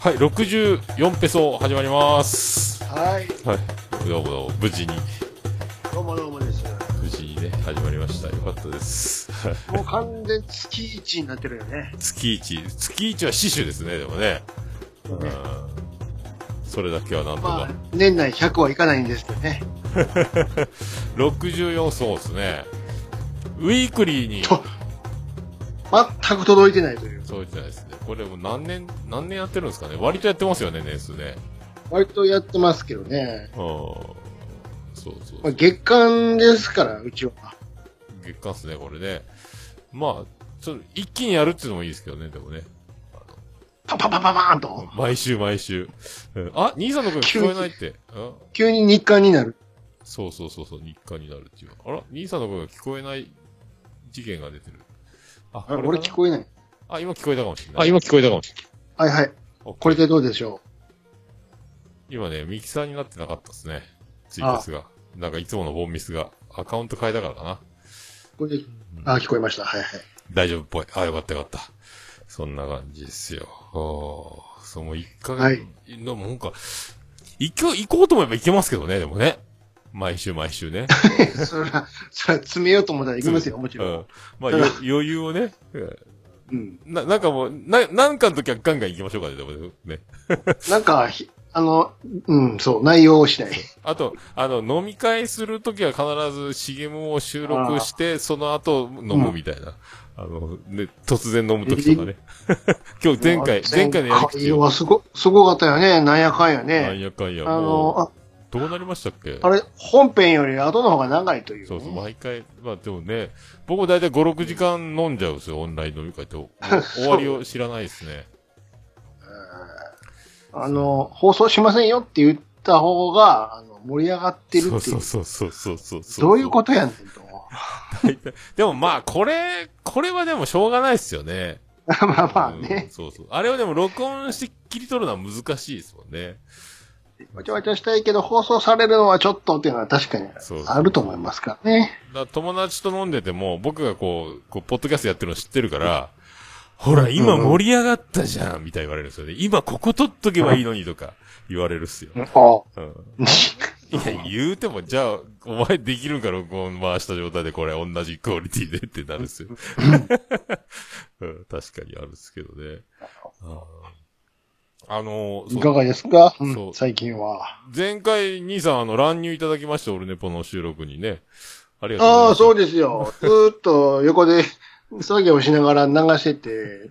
はい、64ペソ始まります。はい、はい、どうもどうも、無事に、どうもどうもです。無事にね、始まりました。よかったです。もう完全月1になってるよね。月一、月一は死守ですね、でもね。うん。それだけはなんとまかあ。、年内100はいかないんですけどね。 64そうですね。ウィークリーに、と、全く届いてないという。そうじゃないですね。これもう何年、何年やってるんですかね。割とやってますよね、年数ね。割とやってますけどねうん。。そうそうまあ、月間ですから、うちは。月間っすね、これね。まあ、ちょっと一気にやるっていうのもいいですけどね、でもね。パパパパパーンと。 毎週毎週。うんあ、兄さんの声聞こえないって。あ急に日間になる。そうそうそうそう、日課になるっていう。あら、兄さんの声が聞こえない事件が出てる。あ、あ俺聞えこえない。あ、今聞こえたかもしれない。あ、今聞こえたかもしれはいはい。ない。これでどうでしょ今ね、ミキサーになってなかったですね。ツイキャスが。なんかいつものボンミスが。アカウント変えたからかな。う。これで、あ、聞こえました。はいはい。大丈夫っぽい。あ、よかったよかった。そんな感じですよ。あーその1ヶ月、はいのもなんか、行きょ行こうと思えば行けますけどね、でもね。毎週毎週ね。 そりゃ、そりゃ詰めようと思ったら行きますよ、もちろ。うんん。まあ、よ余裕をね。うんうん。な、なんかもう、な、なんかの時はガンガン行きましょうかね、でもね。なんか、ひあの、うん、そう、内容をしない。あと、あの、飲み会する時は必ず CM を収録して、その後飲むみたいな。あの、ね、突然飲む時 とかね。今日前回、前回のやり口いを。やすご、すごかったよね。なんやかんやなんね。やかんや、あの、もあう、どうなりましたっけあれ、本編より後の方が長いという、ね。そうそう、毎回、まあでもね、僕だいたい5、6時間飲んじゃうんですよ、オンライン飲み会って。 お終わりを知らないですね。あの、放送しませんよって言った方が、あの、盛り上がってるっていう。そうそうそうそうそうそうそう。どういうことやねんと。 でもまあ、これ、これはでもしょうがないですよね。まあまあうんね。そうそう。あれをでも録音して切り取るのは難しいですもんね。わちゃわちゃしたいけど、放送されるのはちょっとっていうのは確かにそうあると思いますからね。だから友達と飲んでても、僕がこう、こう、ポッドキャストやってるの知ってるから、ほら、今盛り上がったじゃん、みたいに言われるんですよね。今ここ取っとけばいいのにとか言われるっすよ。あうん。あ。いや、言うても、じゃあ、お前できるんか、録音回した状態でこれ同じクオリティでってなるっすよ。うん、確かにあるっすけどね。あーあのー、 いそかうがですか、うんそう最近は。前回、兄さん、あの、乱入いただきました、オルネポの収録にね。ありがとうございあまあ、す。そうですよ。ずーっと横で作業しながら流して て、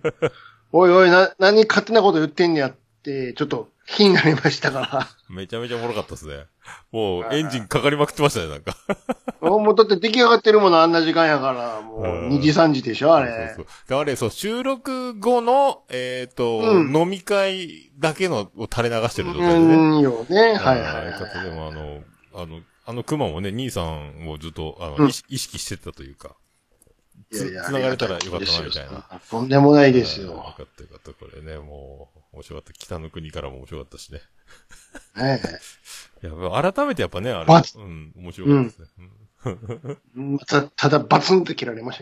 おいおい、な、何勝手なこと言ってんねやって、ちょっと気になりましたから。めちゃめちゃおもろかったっすね。もう、エンジンかかりまくってましたね、なんか。 もうもうだって出来上がってるものあんな時間やから、もううん2時3時でしょ、あれ。そうそう。であれ、そう、収録後の、えっ、と、うん飲み会だけのを垂れ流してる状態でね。うん、よね。はいはいあー相は方でもあの、あの、あの熊もね、兄さんをずっと、あの、うん意識意識してたというか。い。いやいやつ繋がれたらよかったなみたいな。とんでもないいですよよ。かったよかった、これね、もう、面白かった。北の国からも面白かったしね。ねいや、改めてやっぱね、あれバ、ツうん、面白かったですね。うんえたただ、バツンと切られまし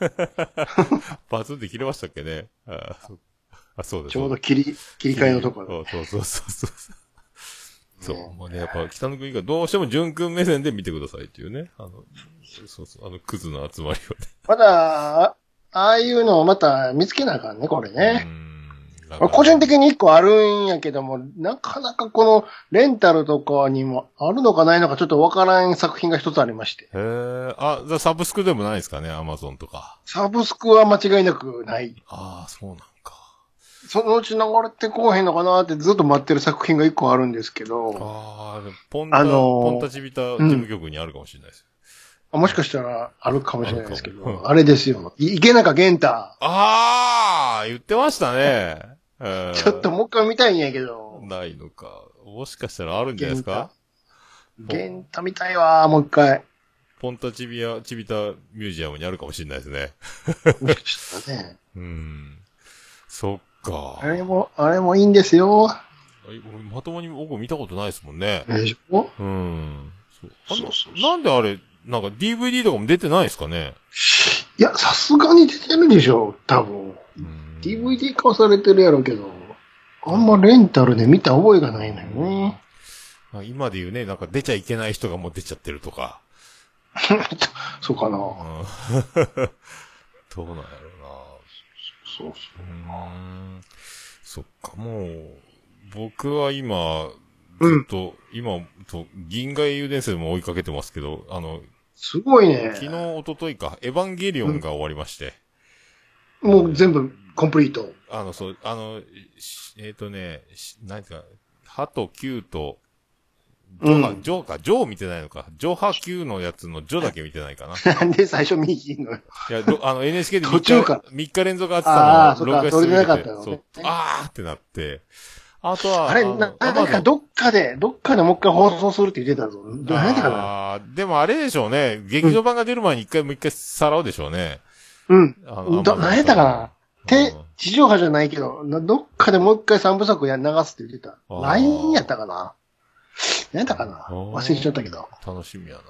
たけどね。バツンって切れましたっけね。あー、そうあそうです。ちょうど切り、切り替えのところ。ろ。そうそうそうそうそう。そう、ねもうね、やっぱ北の国からどうしても純君目線で見てくださいっていうね。あの、そうそう、あの、クズの集まりをまだ、あああいうのをまた見つけなあかんね、これね。ね。うんだからまあ個人的に1個あるんやけども、なかなかこのレンタルとかにもあるのかないのかちょっとわからん作品が一つありまして。へえ、あ、じゃあサブスクでもないですかね、アマゾンとか。サブスクは間違いなくない。ああ、そうなんか。そのうち流れてこうへんのかなってずっと待ってる作品が一個あるんですけど、ああ、ポンタ、あのーポンタチビタ事務局にあるかもしれないです。あもしかしたらあるかもしれないですけあるかもうど、あれですよ。い池中玄太。ああ、言ってました ね。えーちょっと。もう一回見たいんやけど、ないのか。もしかしたらあるんじゃないですか玄太見たいわ、もう一回。ポンタチビア、チビタミュージアムにあるかもしれないですね。もしかしたら ね。うん。そっか。あれも、あれもいいんですよ。え俺まともに僕見たことないですもんね。でしょうん。そうあのそうそうそうなんであれ、なんか DVD とかも出てないですかね。いや、さすがに出てるでしょ、多分。うん DVD 化はされてるやろうけど、あんまレンタルで見た覚えがないのよね。 まあ今で言うね、なんか出ちゃいけない人がもう出ちゃってるとか。そうかな。うん どうなんやろうな。そうそううーんそっか、もう、僕は今、うずんっと、今、と銀河英雄伝説も追いかけてますけど、あの、すごいね。昨日、一昨日か、エヴァンゲリオンが終わりまして、もう全部コンプリート。あの、そう、あの、しえっ、とね、しなんていうか、ハとキューと、ジョーか、うんジョーか、ジョー見てないのか、ジョーハキューのやつのジョーだけ見てないかな。なんで最初見ひんのよ。いや、どあの NHK で3日途中から3日連続あってあたーそのっを録画かしそてれでなかったのねて、そう、あーってなって、あとは、あれ、のな、 Amazon なんかどっかで、どっかでもう一回放送するって言ってたぞ。どうやったかなあーでもあれでしょうね。劇場版が出る前に一回もう一回さらうでしょうね。うん。あど何やったかなて、地上波じゃないけど、などっかでもう一回三部作や流すって言ってた。あー LINE やったかな何やったかなあー忘れちゃったけど。楽しみやな。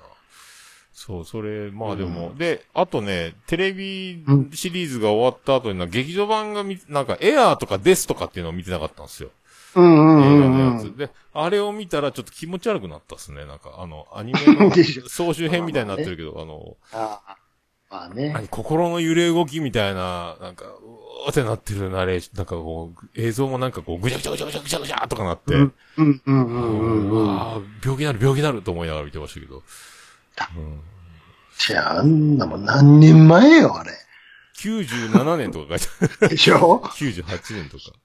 そう、それ、まあでも、で、あとね、テレビシリーズが終わった後にな、劇場版が見、なんか、エアーとかですとかっていうのを見てなかったんですよ。うんう映ん画うのんやうつ。ん。で、あれを見たらちょっと気持ち悪くなったっすね。なんか、あの、アニメ でしょの総集編みたいになってるけど、あの、ああ。まあね。何心の揺れ動きみたいな、なんか、うおーってなってるナレーション、なんかこう、映像もなんかこう、ぐちゃぐちゃぐちゃぐちゃぐちゃぐちゃとかなって、うんうんうんうんうんうん。ああ、病気になる病気になると思いながら見てましたけど、うん、じゃあ、あんなもん何年前よ、あれ。 97年とか書いてある、 でしょ98年とか。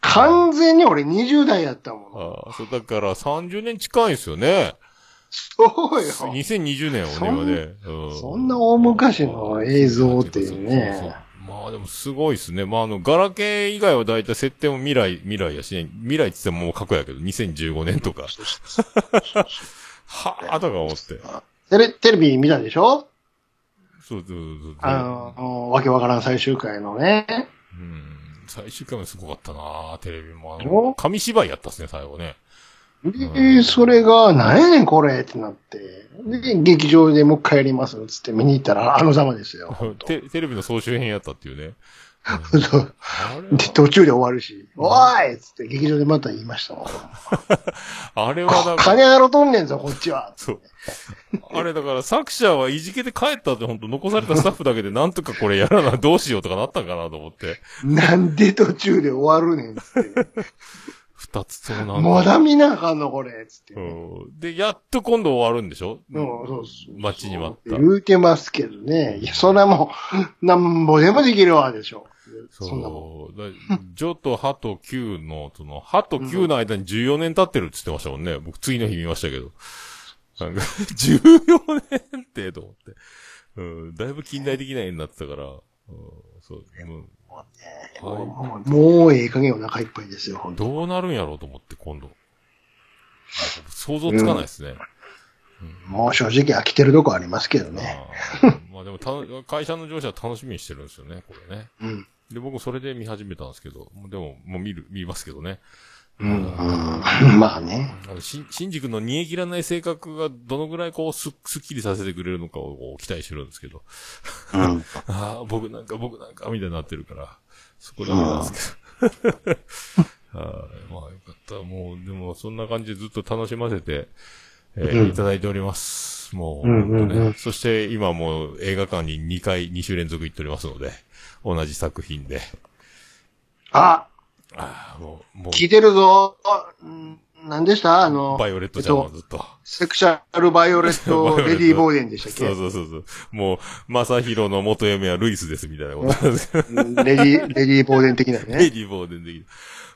完全に俺20代やったもん。ああ、そう、だから30年近いんですよね。そうよ。 2020年をね、今ね。うそんな大昔の映像ってねそうそうそうまあでもすごいですね。まああの、ガラケー以外は大体設定も未来、未来やしね。未来って言ってももう過去やけど、2015年とか。はあ、とか思って。テレテレビ見たでしょそうそうそう。あの、わけわからん最終回のね。うん。最終回もすごかったなテレビも。あおの、紙芝居やったっすね、最後ね。で、それが、なんやねんこれってなって。で、劇場でもう一回やりますっつって見に行ったら、あのざまですよ。 ほんとテテレビの総集編やったっていうね。そうあれで、途中で終わるし、おーいっつって劇場でまた言いましたもん。は、あれはだから、金上がろとんねんぞ、こっちは。そう。あれだから作者はいじけて帰ったって本当残されたスタッフだけでなんとかこれやらな、どうしようとかなったんかなと思って。なんで途中で終わるねんっつって。二つともなんかまだ見なあかんの、これっつってうね。ん。で、やっと今度終わるんでしょうん、そうそう。待ちに待った言うてますけどね。いや、そんなもん、なんぼでもできるわ、でしょ。そんなもん。そう。だジョとハと Q の、その、ハと Q の間に14年経ってるって言ってましたもんね。僕次の日見ましたけど。なんか、14年って、と思って。うん、だいぶ近代的な絵になってたから。うん、そう、うんはもうもうええ加減お腹いっぱいですよ、本い。当どうなるんやろうと思って、今度。想像つかないですね。もう正直飽きてるとこありますけどあね。ーまあでもたの、会社の上司は楽しみにしてるんですよね、これね。うん。で、僕もそれで見始めたんですけど、でも、もう見る、見ますけどね。うん。まあね。あの、しん、しんじくんの煮え切らない性格がどのぐらいこう、す、すっきりさせてくれるのかをこう期待してるんですけど。うん。ああ、僕なんか、僕なんか、みたいになってるから、そこだけなんです けど。はい。まあよかった。もう、でも、そんな感じでずっと楽しませて、えーうんいただいております。もう、うんうんうんほとねそして今もう映画館に2回、2週連続行っておりますので、同じ作品で。あ、ああ、もう、も聞いてるぞ。あうん何でしたあのう、、バイオレットちゃんはずっと。セクシャルバイオレット・レディー・ボーデンでしたっそうけそうそうそう。もう、マサヒロの元嫁はルイスですみたいなことなんです けど、うんレディー、レディー・ボーデン的なレね。ディーボーデンできる。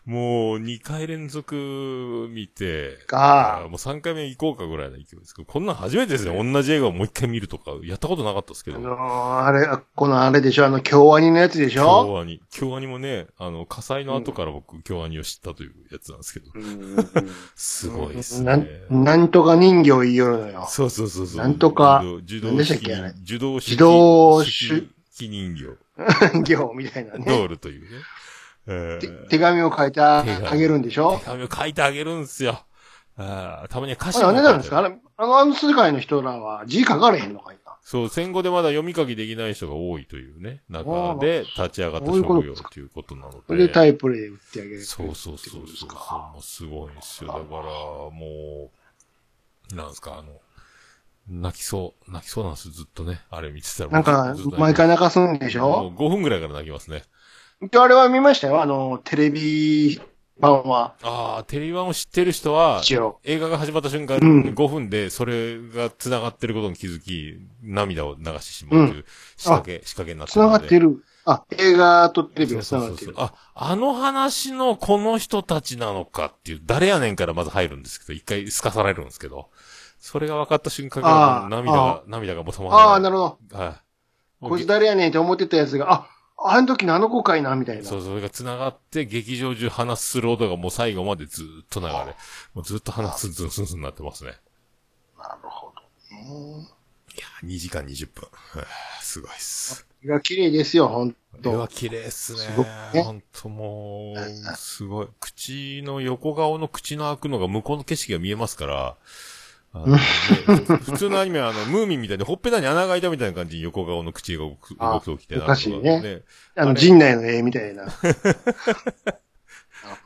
もう、2回連続見て、かもう3回目行こうかぐらいの勢いですけど、こんなん初めてですね。同じ映画をもう1回見るとか、やったことなかったですけあど。のー、あれ、あこのあれでしょあの、京アニのやつでしょ京アニ。京アニもね、あの、火災の後から僕、京アニを知ったというやつなんですけど、すごいですなんね。なんとか人形言いよるの よ。そうそうそうそう。なんとか受な動んでしたっ式けあれ、受動式、自動手式人形、人形みたいなドね。ールというね。えてー手紙を書いてあ手紙あげるんでしょ手紙を書いてあげるんですよ。あーたまには歌詞あれ、もあれなんですかあれ、あの、あの世界の人らは字書かれへんのかいな。そう、戦後でまだ読み書きできない人が多いというね、中で立ち上がった職業ということなのそで。れでタイプレイで売ってあげる。そうそうそうそうそう。もうすごいんですよ。だから、もう、なんすか、あの、泣きそう、泣きそうなんですよ、ずっとね。あれ見てたら。なんかずっと、毎回泣かすんでしもょう5分ぐらいから泣きますね。一応あれは見ましたよ、あの、テレビ版は。ああ、テレビ版を知ってる人は、一応。映画が始まった瞬間、うん5分でそれが繋がってることに気づき、涙を流してしまうという仕掛け、仕掛けになってる繋のがでってる。あ、映画とテレビがそうそ繋がっうてそうる。あ、あの話のこの人たちなのかっていう、誰やねんからまず入るんですけど、一回すかされるんですけど、それが分かった瞬間かあーら涙が、涙がもう止まらない。ああ、なるほど。はい。もこういつげ誰やねんって思ってたやつが、あ、あの時のあの子かいな、みたいな。そう、それが繋がって、劇場中話する音がもう最後までずーっと流れ、もうずっと話すずんずんずんになってますね。なるほどね。 2時間20分。はあすごいっす。絵が綺麗ですよ、ほんこれはと。綺麗っすねすごく。ねほんともう、すごい。口の横顔の口の開くのが向こうの景色が見えますから、あのね普通のアニメはあの、ムーミンみたいにほっぺたに穴が開いたみたいな感じに横顔の口が動く、あ動くときってなおかしいねねああの、れ陣内の絵み たいな。なる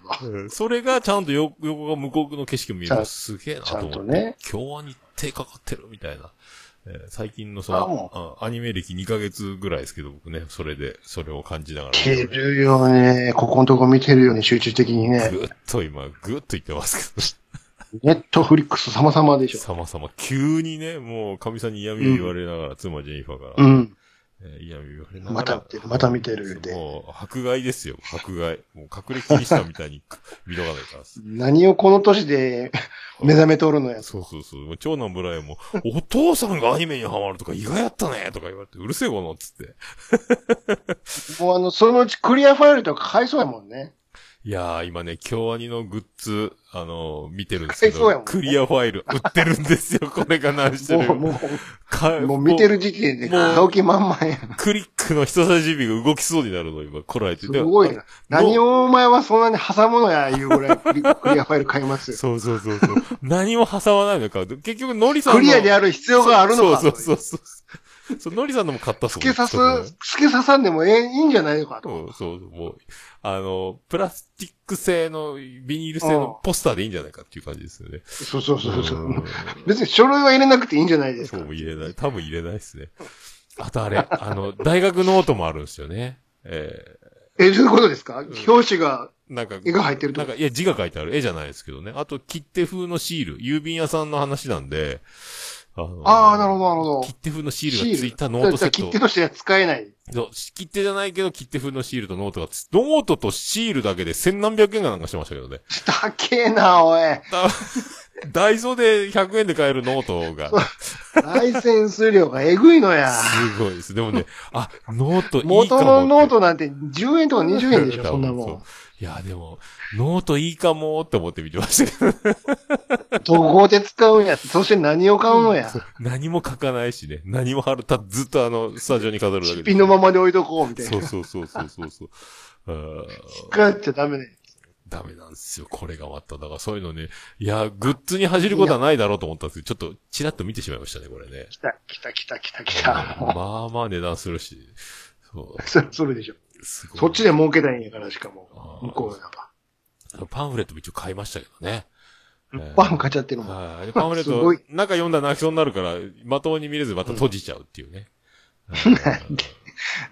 ほど。うんそれがちゃんとよ横が向こうの景色も見えちゃる。んすげえなと思って。ちゃんとね今日は日程かかってるみたいな。えー最近のそあもの、あアニメ歴2ヶ月ぐらいですけど、僕ね、それで、それを感じながら。見てるよね。ここのとこ見てるよね、集中的にね。ぐっと今、ぐっと言ってますけど。ネットフリックス様々でしょ。様々、急にね、もう、神さんに嫌味を言われながら、妻ジェニファーから、うん。えー嫌味を言われながら。また見てる、また見てるで。もう、迫害ですよ、迫害。もう、隠れキリシタンみたいに見逃ないから。何をこの年で 目覚めとるのや。そうそうそう。もう長男ブライアンも、お父さんがアニメにハマるとか意外やったねとか言われて、うるせえこの、つって。もうあの、そのうちクリアファイルとか買いそうやもんね。いやー、今ね、京アニのグッズ、あのー見てるんですけ買いそうやど、もんねクリアファイル売ってるんですよ、これが何してるもよう、もか う、もう見てる時点でもう買う気満々やん。クリックの人差し指が動きそうになるの、今、こらえて。すごいでな。何をお前はそんなに挟むのや、いうぐらいクリクリア ファイル買いますよ。そうそうそうそう。何も挟まないのか。で結局、ノリさんの。クリアであるる必要があるのか。そうそうそうそう。そう、ノリさんのも買ったそうつけさすそうそ、つけささんでもええ、いいんじゃないのかと。うそう、もう、あの、プラスチック製の、ビニール製のポスターでいいんじゃないかっていう感じですよね。そうそうそうそう。ん別に書類は入れなくていいんじゃない ですそかう。も入れない。多分入れないですね。あとあれ、あの、大学ノートもあるんですよね。ええ、どういうことですか表紙が、ー、なんか、絵が入ってるとなんか、いや、字が書いてある。絵じゃないですけどね。あと、切手風のシール。郵便屋さんの話なんで、あのああ、なるほど、なるほど切。手風のシールがついたノートセッ切ト手。としては使えない。そう切手じゃないけど、切手風のシールとノートがつ、ノートとシールだけで千何百円がなんかしてましたけどね。高えな、おい。だダイソーで100円で買えるノートが、ライセンス料がえぐいのや。すごいです。でもね、あ、ノートいいかもって。元のノートなんて10円とか20円で しょ、そんなも。そうんいや、でも、ノートいいかもって思って見てましたけど。どこで使うんや。そして何を買うのや。何も書かないしね。何も貼る。た、ずっとあの、スタジオに飾るだけピンのままで置いとこう、みたいな。そ引うそうそうそうそうそう。あーっかっちゃダメね。ダメなんですよ。これがまた。だからそういうのね。いや、グッズに恥じることはないだろうと思ったんですけど、ちょっと、チラッと見てしまいましたね、これね。来た、来た、来た、来た、来た。まあまあ値段するし。そそれ、それでしょ。う。すごいそっちで儲けたいんやから、しかもあ。ー向こうやば。パンフレットも一応買いましたけどね。バン買っちゃってるもん。はい。 でパンフレッすごいト、中読んだら泣きそうになるから、まともに見れずまた閉じちゃうっていう ね。うん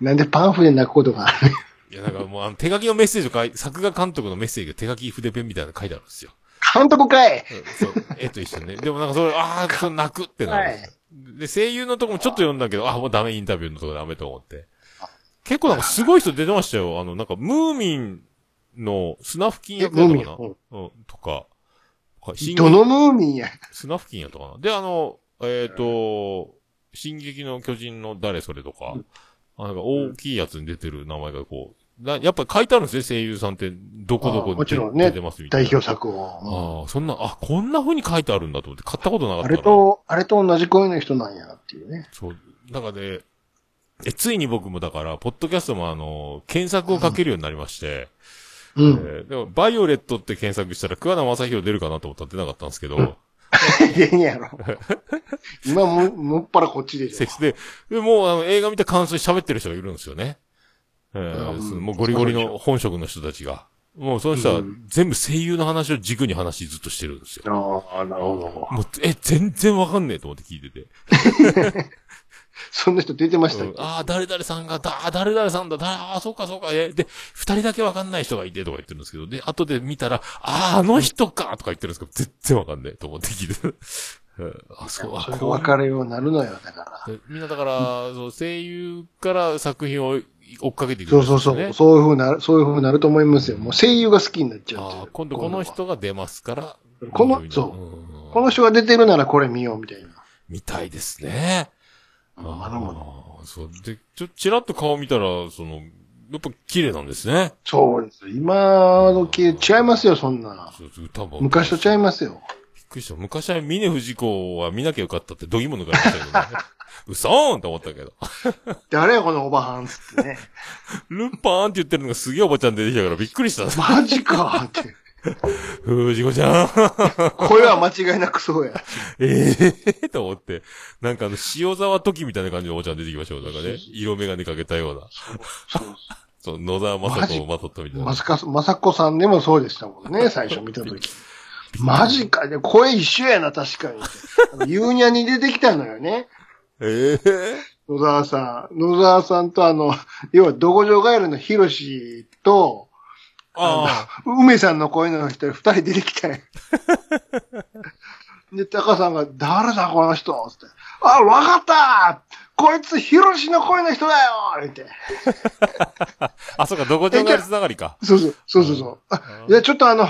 なんでパンフで泣くことがあるいや、だからもうあの手書きのメッセージを書い、作画監督のメッセージが手書き筆ペンみたいなの書いてあるんですよ。監督かいうんそう、絵と一緒にね。でもなんかそれ、ああ、そう泣くってなるんですよ。で、声優のとこもちょっと読んだけど、ああ、もうダメ、インタビューのとこダメと思って。結構なんかすごい人出てましたよ。あの、なんか、ムーミンのスナフキンえ、役ムやーっミたンかうん。なうん、とか。はい進撃どのムーミンや。スナフキンやったかな。で、あの、えっ、と、進撃の巨人の誰それとか、あなんか大きいやつに出てる名前がこう、なやっぱり書いてあるんですね、声優さんって、どこどこあーにもちろんね出てますみたい代な。表作を。ああ、そんな、あ、こんな風に書いてあるんだと思って、買ったことなかったあかられと、あれと同じ声の人なんやなっていうね。そう。だからね、え、ついに僕もだから、ポッドキャストもあの、検索をかけるようになりまして、うえん。ーでも、バイオレットって検索したら、桑名正宏出るかなと思ったら出なかったんですけど、 出んやろ。今も、もっぱらこっちでしセょク。スで、でもうあの映画見た感想で喋ってる人がいるんですよね。えーうんそのもうゴリゴリの本職の人たちが。もうその人はうん全部声優の話を軸に話ずっとしてるんですよ。ああ、なるほど。もう、え、全然わかんねえと思って聞いてて。そんな人出てましたうっんけああ、誰々さんが、だ、あ誰々さんだ、だ、ああ、そうかそうか、え、で、二人だけわかんない人がいてとか言ってるんですけど、で、後で見たら、ああ、あの人かとか言ってるんですけど、全然わかんねえと思って聞いて たうんあ、そう、あ、それがこう分かるようになるのよ、だから。でみんなだから、そう、声優から作品を追っかけていくそんうですそよね。うそう。そういう風になる、そういう風になると思いますよ。もう声優が好きになっちゃうっていうああ、今度この。人が出ますから。このみたいなそんこの人が出てるならこれ見ようみたいな。みたいですね。あるもの。ああそう。で、ちょ、ちらっと顔見たら、その、やっぱ綺麗なんですね。そうです。今の系違いますよ、そんな。そうそう歌も。昔と違いびっますよ。くりした。昔は峰不二子は見なきゃよかったってどぎも抜かれましたけどね。 嘘ーんと思ったけど。誰やこのおばはんっつってね。ルパーンって言ってるのがすげえおばちゃん出てきたからびっくりした。 マジかって。不二子ちゃん。声は間違いなくそうや。ええと思って。なんかあの、塩沢時みたいな感じのおばちゃん出てきましょう。なんかね、色眼鏡かけたような。そうそう、野沢雅子をまとったみたいなま。さか、まさこさんでもそうでしたもんね、最初見たとき。マジかで声一緒やな、確かに。あのユーニャに出てきたのよね。ええ野沢さん。野沢さんとあの、要は、どこじょガエルのヒロシと、あ梅さんの声の人二人出てきたんやで、タカさんが、誰だこの人つって。あ、わかったこいつ、ヒロシの声の人だよ言って。あ。あ、そうか、どこでもやるつながりか。そうそう、そうそうそう。あ、いや、ちょっとあの、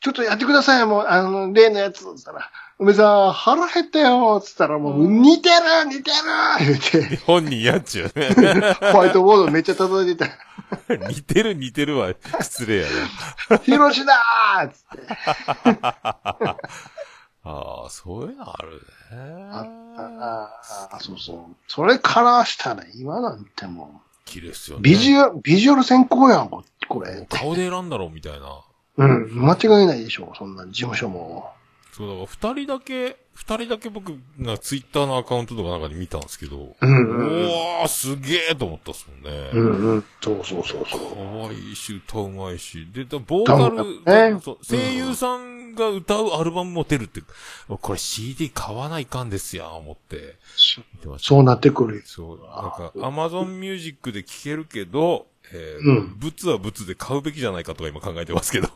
ちょっとやってくださいよ、もう、あの、例のやつ、つったら、梅さん、腹減ったよ、つったら、もう、似てる似てる言 って、本人やっちゅうね。 ホワイトボードめっちゃ叩いて た。似てる似てるわ。失礼やな。ヒロシだーつって。ああ、そういうのあるね。ああ、そうそう。それからしたら、今なんても綺麗っすよう、ね。ビジュアル、ビジュアル先行やん、ここれ。顔で選んだろうみたいな。うん、間違いないでしょ、そんな事務所も。そう、だから二人だけ、二人だけ僕がツイッターのアカウントとかなんかで見たんですけど。う、うんうん。わー、すげーと思ったっすもんね。うん、うん。そうそうそうそ可う。愛いし、歌うまいし。で、だボーカ歌うル、まいそう声優さんが歌うアルバムも出るって、これ CD 買わないかんですやん、思って。見てましたそうなってくるよ。そう、なんか、アマゾンミュージックで聴けるけど、えーうん物は物で買うべきじゃないかとか今考えて ますけど。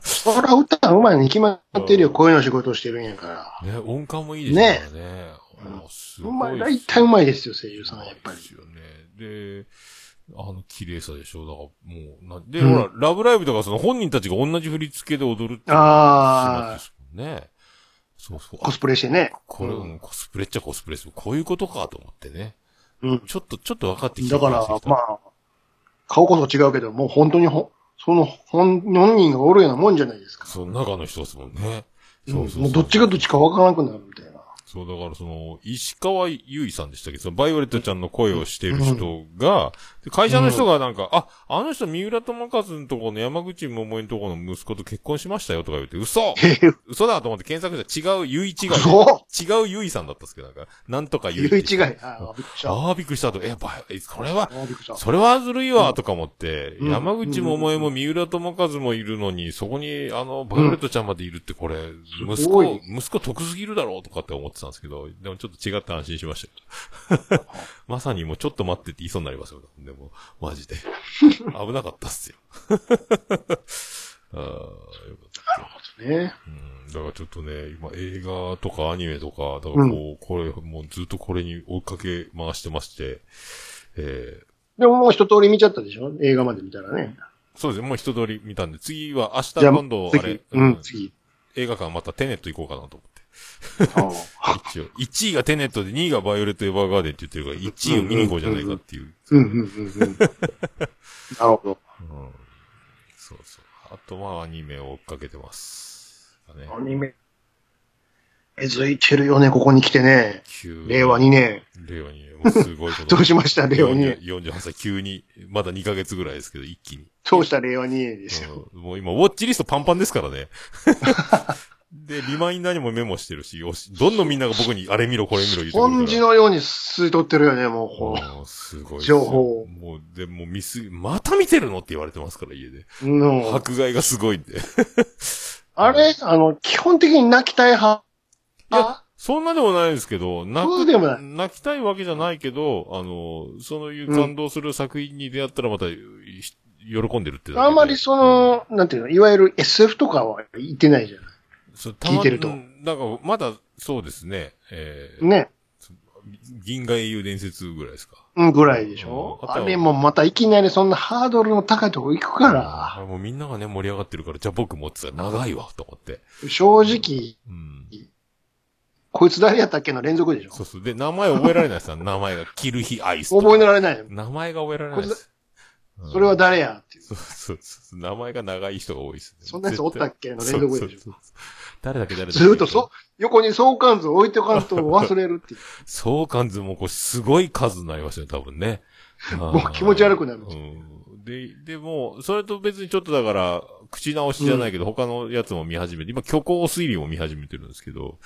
そら歌うまいに決まってるよ。声の仕事をしてるんやから。ね、音感もいいですからね。あすうごまいい。っす。大体うまいですよ、声優さん、やっぱりで。すよね。で、あの、綺麗さでしょ。だから、もうな、で、うんほら、ラブライブとかその本人たちが同じ振り付けで踊るっていうあーすごいですもんね。そうそう。コスプレしてね。これ、うんコスプレっちゃコスプレです。こういうことかと思ってね。うん。ちょっと、ちょっと分かってきた。だから分ってき、たまあ、顔こそ違うけど、もう本当にほ、その本本人がおるようなもんじゃないですか。その中の人ですもんね。うんもうどっちがどっちかわからなくなるみたいな。そう、だからその、石川優衣さんでしたっけど、そのバイオレットちゃんの声をしている人が、で会社の人がなんか、あ、あの人三浦友和のところの山口桃江のところの息子と結婚しましたよとか言って、嘘へえ、嘘だと思って検索したら違う優衣違い。そう違う優衣さんだったっすけど、なんか、なんとか言優う衣違っいて。。ああ、びっくりした。あああ、びっくりしたと。え、ば、えこれは、あ、びっくりした。それはずるいわ、とか思って、うん山口桃江も三浦友和もいるのに、そこに、あの、バイオレットちゃんまでいるって、これ、息す子、ごい息子得すぎるだろうとかって思ってたんですけど、でもちょっと違って安心しましたよ。 まさにもうちょっと待ってって言いそうになりますよ。でも、マジで。危なかったっすよ。 ああ、よかった。ね。うんだからちょっとね、今映画とかアニメとか、だからこう、これ、もうずっとこれに追いかけ回してまして、えー、でももう一通り見ちゃったでしょ映画まで見たらね。そうですね。もう一通り見たんで、次は明日じゃあ、今度、あれ次、。ううんん、 次。映画館またテネット行こうかなと思って。ああ一応。1位がテネットで2位がバイオレット・エヴァーガーデンって言ってるから、1位を見に行こうじゃないかっていう。うん、うん、うん、 うん。なるほど。うんそうそう。あとはアニメを追っかけてます。だねアニメ。えずいてるよね、ここに来てね。急令和2年。令和に。もうすごいこと。どうしま した、令和2年。 48歳、急に、まだ2ヶ月ぐらいですけど、一気に。どうした令和2年ですよ。 うんもう今、ウォッチリストパンパンですからね。で、リマインダーにもメモしてるし、よし、どんどんみんなが僕にあれ見ろ、これ見ろ言うてく本る字から。のように吸い取ってるよね、もうこあーすごいっす情報をもう、で、もう見すぎ、また見てるのって言われてますから、家で。う。うん迫害がすごいんで。あれあの、基本的に泣きたい派。いやあそんなでもないですけど、泣そく、うでもない泣きたいわけじゃないけど、あの、そういう感動する作品に出会ったらまた、い喜んでるってだけであんまりそ、の、なんていうの、いわゆる SF とかは言ってないじゃなそう聞いてるとたまうんなんか、まだ、そうですね、えーい。ね。銀河英雄伝説ぐらいですか。うん、ぐらいでしょうんあとあはれもまたいきなりそんなハードルの高いとこ行くかあもうみんながね、盛り上がってるから、じゃあ僕もって言ったら長いわ、と思って。ら、正直、うん。こいつ誰やったっけの連続でしそょうそう。で、名前覚えられないですよ。名前が、キルヒアイスとか。覚えられない。名前が覚えられないです。うんそれは誰やっていう。そうそうそう。名前が長い人が多いですね。そんなやつおったっけの絶対連続でしょそうそうそう誰だっけ誰だっけずっとそ、横に相関図置いておかんと忘れるっていう。相関図もこうすごい数になりましたね、多分ね。 もう気持ち悪くなるうん、で、でも、それと別にちょっとだから、口直しじゃないけど、他のやつも見始めて、今、虚構推理も見始めてるんですけど、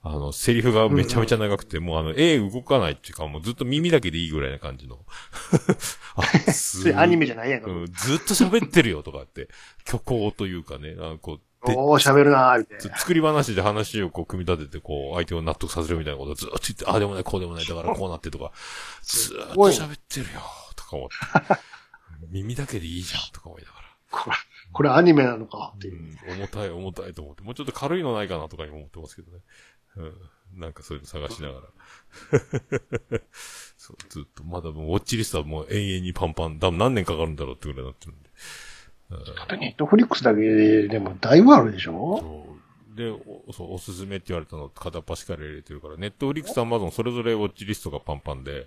あの、セリフがめちゃめちゃ長くて、もうあの、絵動かないっていうか、もうずっと耳だけでいいぐらいな感じの。あ、 そすれアニメじゃないやんか。うん、ずっと喋ってるよとかって、 虚構というかね、なんかこう、でおー、喋るなーみたいつな。作り話で話をこう組み立てて、こう、相手を納得させるみたいなことをずっと言って、ああでもない、こうでもない、だからこうなってとか、ずーっとごい喋ってるよ、とか思って。 耳だけでいいじゃん、とか思いながら。これ、これアニメなのかってういう。ん、重たい、重たいと思って。もうちょっと軽いのないかな、とか今思ってますけどね。うん、なんかそういうの探しながら。 そう、ずっと、まだもうウォッチリストはもう永遠にパンパン、だ何年かかるんだろうってぐらいになってるんで。ネットフリックスだけでもだいぶあるでしょそう。で、おそうおすすめって言われたの片っ端から入れてるから、ネットフリックスとアマゾンそれぞれウォッチリストがパンパンで、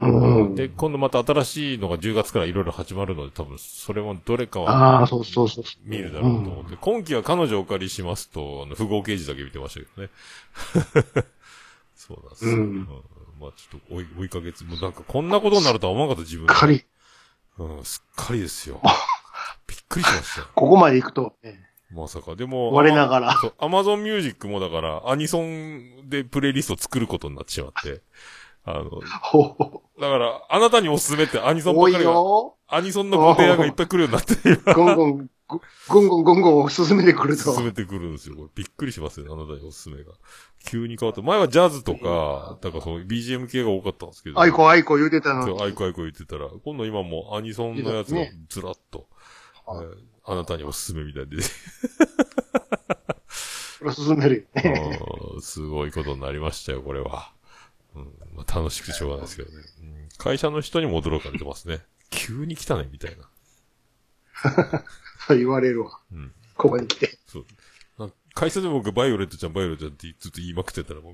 うん。で、今度また新しいのが10月からいろいろ始まるので、多分それもどれかはああ、そうそうそう。見るだろうと思って、今期は彼女をお借りしますと、あの、符号刑事だけ見てましたけどね。 そうなんですよ、うんまあちょっと追い追いかけつ、もうなんかこんなことになるとは思わなかった自分うっかり。り、うん、すっかりです よ。びっくりしましたよ。ここまで行くと、ねまさか。でも、我ながら。そう、アマゾンミュージックもだから、アニソンでプレイリストを作ることになってしまって。あの、だほうほうから、あなたにおすすめってアニソンば 多っいかりが、よ。アニソンのご提案がいっぱい来るようになって、今、ゴンゴン、ゴゴンゴンゴンゴン進めてくると。進めてくるんですよ。これびっくりしますよ、あなたにおすすめが。急に変わった。前はジャズとか、だからその BGM 系が多かったんですけど。アイコアイコ言うてたのそうに。アイコアイコ言ってたら、今度今もうアニソンのやつがずらっと、えはいーあなたにおすすめみたいで、それ進めるよね。う んすごいことになりましたよ、これは。うんまあ、楽しくてしょうがないですけどね、うん会社の人にも驚かれてますね。急に来たね、みたいな。そう言われるわ。うんここに来て。そうなんか会社で僕、バイオレットちゃん、バイオレットちゃんってずっと言いまくってたら、も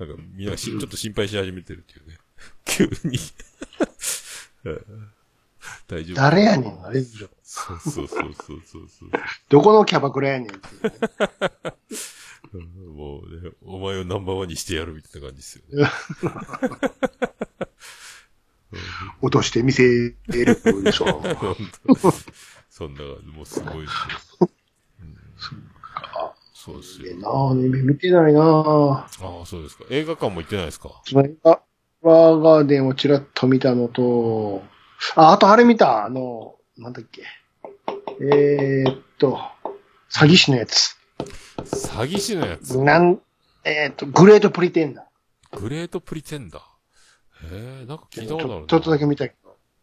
う、なんか、みんなしちょっと心配し始めてるっていうね。急に。 うん大丈夫。誰やねん、あれ。そうそうそうそうそうそう。どこのキャバクラやねんっていう。うんもうね、お前をナンバーワンにしてやるみたいな感じですよね。落として見せるでしょ。本当にそんな感じ、もうすごいですよ。うんそうですええよ。なあアニメ見てないなあああ、そうですか。映画館も行ってないですか。その映画、フラワーガーデンをちらっと見たのと、あ、あとあれ見た、あの、なんだっけ。えー、っと、詐欺師のやつ。詐欺師のやつ。なん、えーっと、グレートプリテンダー。グレートプリテンダー。へえ、なんか聞いたことあるなちょちょっとだけ見たけ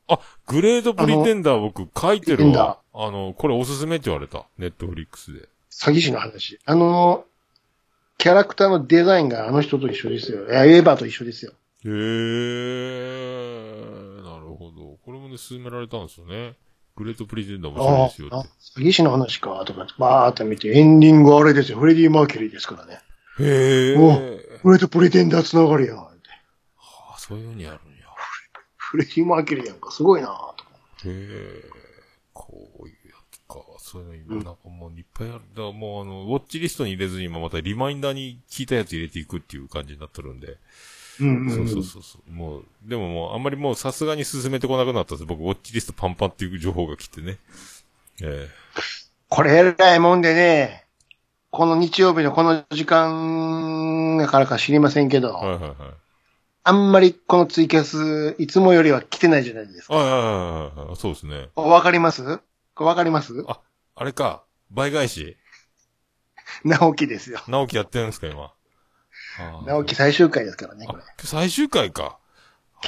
ど。グレートプリテンダー僕書いてプリテるンダわ。あの、これおすすめって言われた。ネットフリックスで。詐欺師の話。あの、キャラクターのデザインがあの人と一緒ですよ。いや、エヴァと一緒ですよ。へえ、なるほど。これもね、勧められたんですよね。グレートプリテンダー面白いですよああっ詐欺師の話か、とか、バーって見て、エンディングあれですよ。フレディ・マーキュリーですからね。て。へおえ。グレートプリテンダーつながりや。ああ、そういう風にやるんや。フレディ・マーキュリーやんか、すごいなぁと。へえ、こういうやつか。そういうの、なんかもういっぱいある。だからもうあの、ウォッチリストに入れずに今またリマインダーに聞いたやつ入れていくっていう感じになってるんで。うんそうそうそうそう。もう、でももうあんまりもうさすがに進めてこなくなったんです。僕、ウォッチリストパンパンっていう情報が来てね。えこれ偉いもんでね、この日曜日のこの時間だからか知りませんけど、はいはいはい。あんまりこのツイキャス、いつもよりは来てないじゃないですか。はいはいはいはい。そうですね。わかりますわかりますああれか、倍返し。直樹ですよ。直樹やってるんですか、今。あー直樹最終回ですからね、あこれ。、最終回か。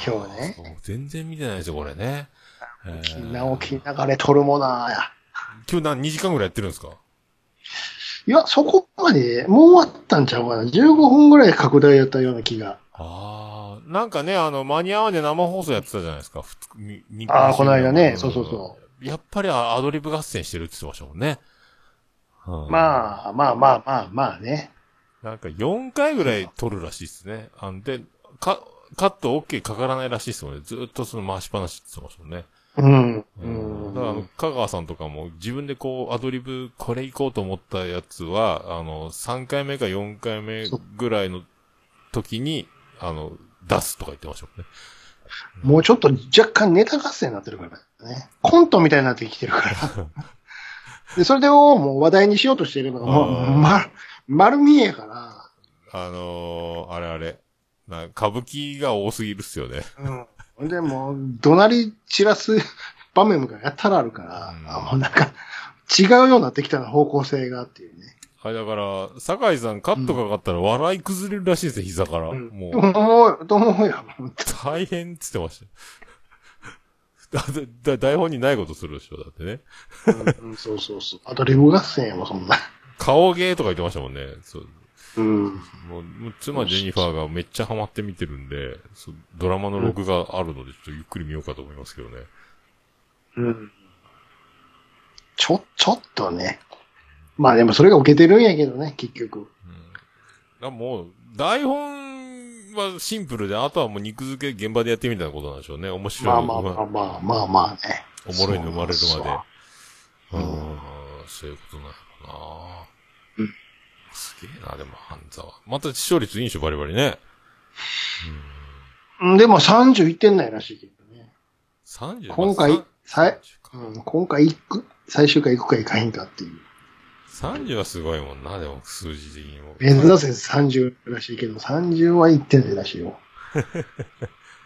今日ねあー。そう全然見てないですよ、これね。えー直樹流れ取るもなぁ今日何、2時間ぐらいやってるんですかいや、そこまで、もう終わったんちゃうかな。15分ぐらい拡大やったような気が。ああ、なんかね、あの、間に合わねえ生放送やってたじゃないですか。ふつににああ、この間ね、んそうそうそやっぱりあアドリブ合戦してるって言ってましたもんね。うう。んまあ、まあまあまあまあね。なんか4回ぐらい撮るらしいですね。あんで、か、カット OK かからないらしいですもんね。ずっとその回しっぱなしって言ってましたもんね。うん。うだからあのん。、香川さんとかも自分でこう、アドリブ、これ行こうと思ったやつは、あの、3回目か4回目ぐらいの時に、あの、出すとか言ってましたもんね。もうちょっと若干ネタ合戦になってるからね。コントみたいになってきてるから。 で、それをもう話題にしようとしているのが、もあう、ーま、丸見えやかあのー、あれあれ。な歌舞伎が多すぎるっすよね。ら。うん。ほんで、もう、怒鳴り散らす場面がやったらあるから、うんあもうなんか、違うようになってきたな、方向性がっていうね。あれだから、酒井さんカットかかったら笑い崩れるらしいですよ、膝から。うんもう。思う、と思うよ。大変っつってました よ。だ、だ、台本にないことするでしょ、だってね。うんそうそうそう。アドリブ合戦やもんそんな。顔芸とか言ってましたもんね。そう。うん。もう、もう妻ジェニファーがめっちゃハマって見てるんで、そうドラマの録画あるので、ちょっとゆっくり見ようかと思いますけどね。うん。ちょ、ちょっとね。まあでもそれが受けてるんやけどね、結局。だもう、台本はシンプルで、あとはもう肉付け現場でやってみたいなことなんでしょうね。面白い。まあまあまあまあまあまあね。おもろいの生まれるまで。うそうー、そうんそういうことなのかな、うすげえな、でも、ハンザは。また視聴率いいんでしょ、バリバリね。うんでも30いってんないらしいけどね。 30今回、さい、 30かうん、今回行く、最終回行くか行かへんかっていう。 30はすごいもんな、でも、数字的にも。ベンズ打線30らしいけど、30は行ってないらしい よ。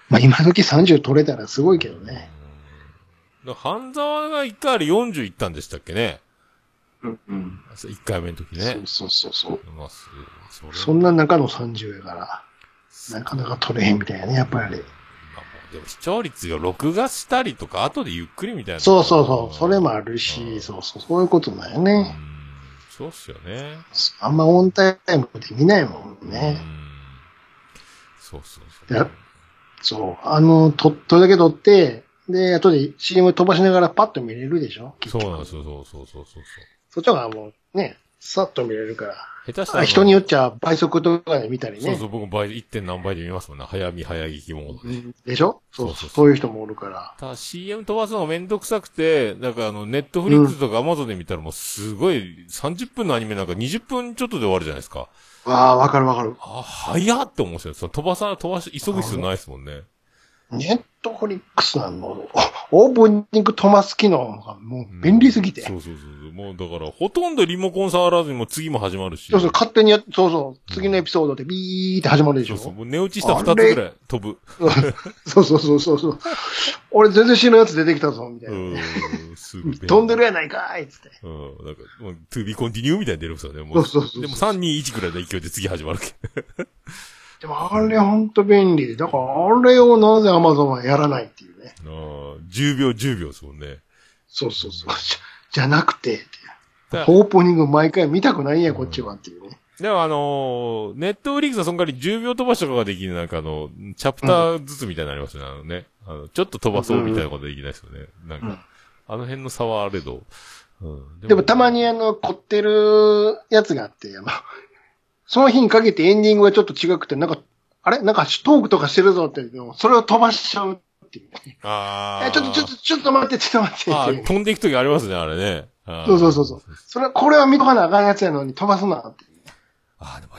まあ今時30取れたらすごいけどね。だ半沢が1回あれ40いったんでしたっけねうんうん。 ?1 回目の時ね。そうそうそうそう。まあ、すそれそんな中の30やから、なかなか取れへんみたいやね、やっぱまあり。もうでも視聴率よ、録画したりとか、後でゆっくりみたいな。そうそうそう、それもあうるんし、そうそう、そういうことだようんね。そうっすよね。あんまオンタイムで見ないもんうね。んそうそうそう。いやそう、あの、と、とだけ撮って、で、後で CM 飛ばしながらパッと見れるでしょそうなんですよ。よ、そうそうそうそうそそっちの方がもう、ね、さっと見れるから。う。下手したあら。人によっちちゃ倍速とかで見たりそうねそ。う、僕も倍、1. 点何倍で見ますもんね。早見早劇モードうで。んでしょそうそうそうそそうう、そういう人もおるから。ただ CM 飛ばすのがめんどくさくて、なんかあの、ネットフリックスとかアマゾンで見たらもうすごい、30分のアニメなんか20分ちょっとで終わるじゃないですか。ああ、わかるわかる。あ、早っって思うんですよ。その飛ばさ、飛ばし、急ぐ必要ないですもんね。ネットフリックスなんの、 オープニング飛ます機能がもう便利すぎて。そうそうそう。もうだから、ほとんどリモコン触らずにもう次も始まるし。そうそう、勝手にやっ、そうそう、次のエピソードでビーって始まるでしそょ。うそ。そううもう寝落ちした2つぐらい飛ぶ。そうそうそうそう。俺全然知らんやつ出てきたぞ、みたいうな。ーん、すぐ便利飛んでるやないかーいっつって。うん、なんか、もう、to be continue みたいに出るんですよね。もそうそうそうそうでも3、2、1ぐらいの勢いで次始まるけど。でもあれほんと便利で、だからあれをなぜ Amazon はやらないっていうね。あー10秒、10秒ですもんね。そうそうそう。じゃじゃなくて、だオープニング毎回見たくないんや、こっちはっていうね。でもあのー、ネットフリックスはそんかに10秒飛ばしとかができる、なんかあの、チャプターずつみたいになりますよね。あのね。あの、ちょっと飛ばそうみたいなことできないですよね。なんうんか、あの辺の差はあれど。うん。でもたまにあの、凝ってるやつがあって、あの、その日にかけてエンディングがちょっと違くて、なんか、あれなんかトークとかしてるぞって、でもそれを飛ばしちゃうっていうね。あーえ、ちょっと、ちょっと、ちょっと待って、ちょっとあ待ってー。飛んでいくときありますね、あれね。あーそうそうそうそう。それ、これは見とかなあかんやつやのに飛ばすなって。ああ、でも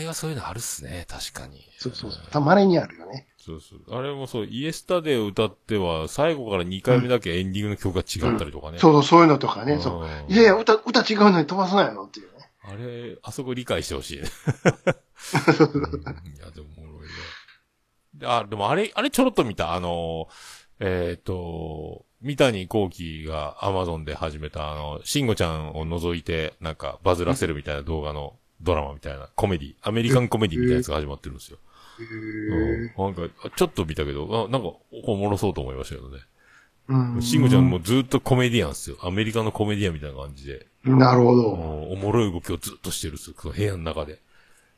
違いはそういうのあるっすね、確かに。そうそうそう。たまれにあるよね。そうそう。あれもそう、イエスタで歌っては、最後から2回目だけエンディングの曲が違ったりとかね。そうそう、そういうのとかうね。んそう。いやいや、歌、歌違うのに飛ばすなよっていうね。ああれ、あそこ理解してほしいね。うんいや、でもおもろいな。あ、でもあれ、あれちょろっと見た。あの、えっ、と、三谷幸喜が Amazon で始めた、あの、慎吾ちゃんを除いて、なんかバズらせるみたいな動画のドラマみたいな、コメディ、アメリカンコメディみたいなやつが始まってるんですよ。へうんなんか、ちょっと見たけど、あなんか、おもろそうと思いましたけどね。ー慎吾ちゃん。もずっとコメディアンっすよ。アメリカのコメディアンみたいな感じで。なるほど。おおもろい動きをずっとしてるんですよ。この部屋の中で。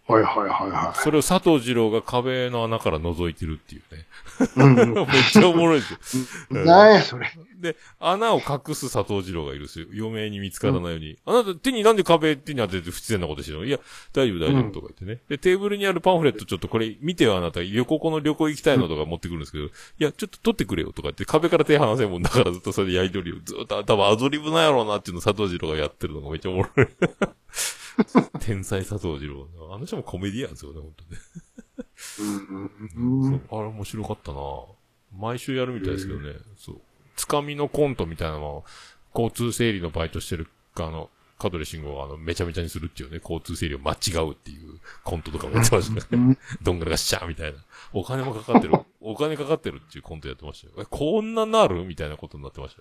はいはいはいは それを佐藤二郎が壁の穴から覗いてるっていうね。 い。うんめっちゃおもろいですよ。うん。なんやそれ。で、穴を隠す佐藤二郎がいるんですよ。余命に見つからないように。あなた手になんで壁手に当てて不自然なことしてるのいや、大丈夫大丈夫とか言ってね。で、テーブルにあるパンフレットちょっとこれ見てよあなた。旅行この旅行行きたいのとか持ってくるんですけど、いや、ちょっと取ってくれよとか言って壁から手離せんもんだからずっとそれでやりとりをずっと、多分アドリブなんやろうなっていうのを佐藤二郎がやってるのがめっちゃおもろい。 天才佐藤二郎。あの人もコメディアンですよね、本当ね。うん。そうあれ面白かったな毎週やるみたいですけどね。そう。つかみのコントみたいなのを、交通整理のバイトしてる、あの、カドレ信号をあの、めちゃめちゃにするっていうね、交通整理を間違うっていうコントとかもやってましたうね。ん どんぐらがシャーみたいな。お金もかかって る。お金かかってるっていうコントやってましたよ。えこんななるみたいなことになってまし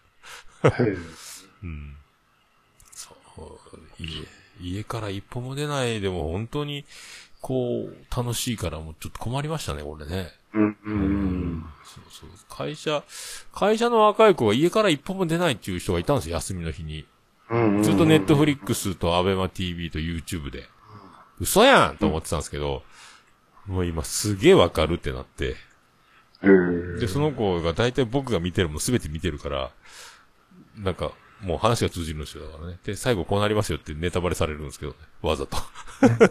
たよ。はいうん。そう、家、家から一歩も出ないでも本当に、こう、楽しいからもうちょっと困りましたね、これね。うんうんそうそう。会社、会社の若い子が家から一歩も出ないっていう人がいたんですよ、休みの日に。うん。ずっとネットフリックスとアベマ TV と YouTube で。嘘やんと思ってたんですけど、もう今すげえわかるってなって。へーで、その子が大体僕が見てるもすべて見てるから、なんか、もう話が通じるんですよ、だからね。で、最後こうなりますよってネタバレされるんですけどね。わざと。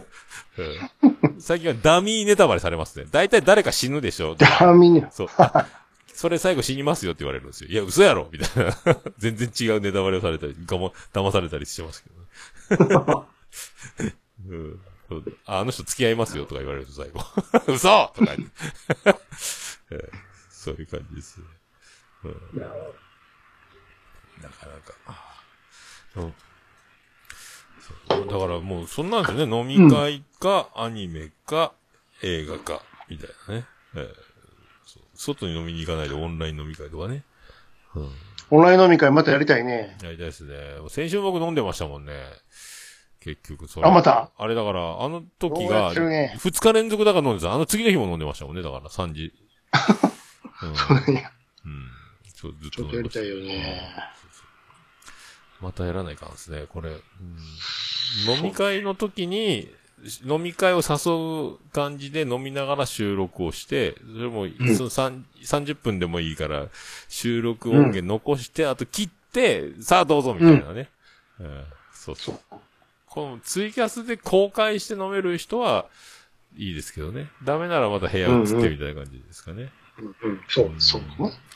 うん最近はダミーネタバレされますね。大体誰か死ぬでしょ。ダミーね。そう。あそれ最後死にますよって言われるんですよ。いや、嘘やろみたいな。 全然違うネタバレをされたり、がも騙されたりしてますけどね。 うんそうああの人付き合いますよとか言われると最後。 嘘とか言って えーそういう感じですね。うんなるほなかなか。あーうんそうだからもう、そんなんですよね。飲み会か、アニメか、映画か、みたいなね。えーそう外に飲みに行かないでオンライン飲み会とかね。うん。オンライン飲み会またやりたいね。やりたいですね。先週僕飲んでましたもんね。結局、それ。あ、また。あれだから、あの時どうやが、ってるね二日連続だから飲んでた。あの次の日も飲んでましたもんね。だから、3時。 うんうん。そう、ずっちとょっとやりたいよね。またやらないかんですね、これ。うん飲み会の時に、飲み会を誘う感じで飲みながら収録をして、それも、その三30分でもいいから、収録音源残して、あと切って、さあどうぞみたいなね。うんそうそう。このツイキャスで公開して飲める人は、いいですけどね。ダメならまた部屋移ってみたいな感じですかね。うんうん、そう、そう。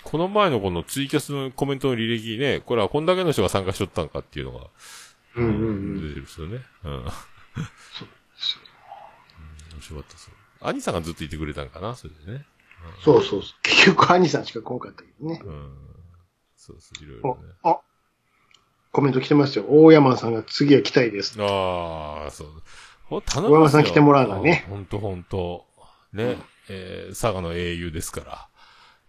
この前のこのツイキャスのコメントの履歴ね、これはこんだけの人が参加しとったんかっていうのが、うんうんうん。出てるんですよね。うん。面白かったそう。兄さんがずっといてくれたんかな、それでね。そうそうそう。結局、兄さんしか来なかったけどね。うん。そうそう、いろいろおね。、あ、コメント来てますよ。大山さんが次は来たいです。ああ、そう。ほ頼小山さん来てもらうのね本当本当ね、えー佐賀の英雄ですから。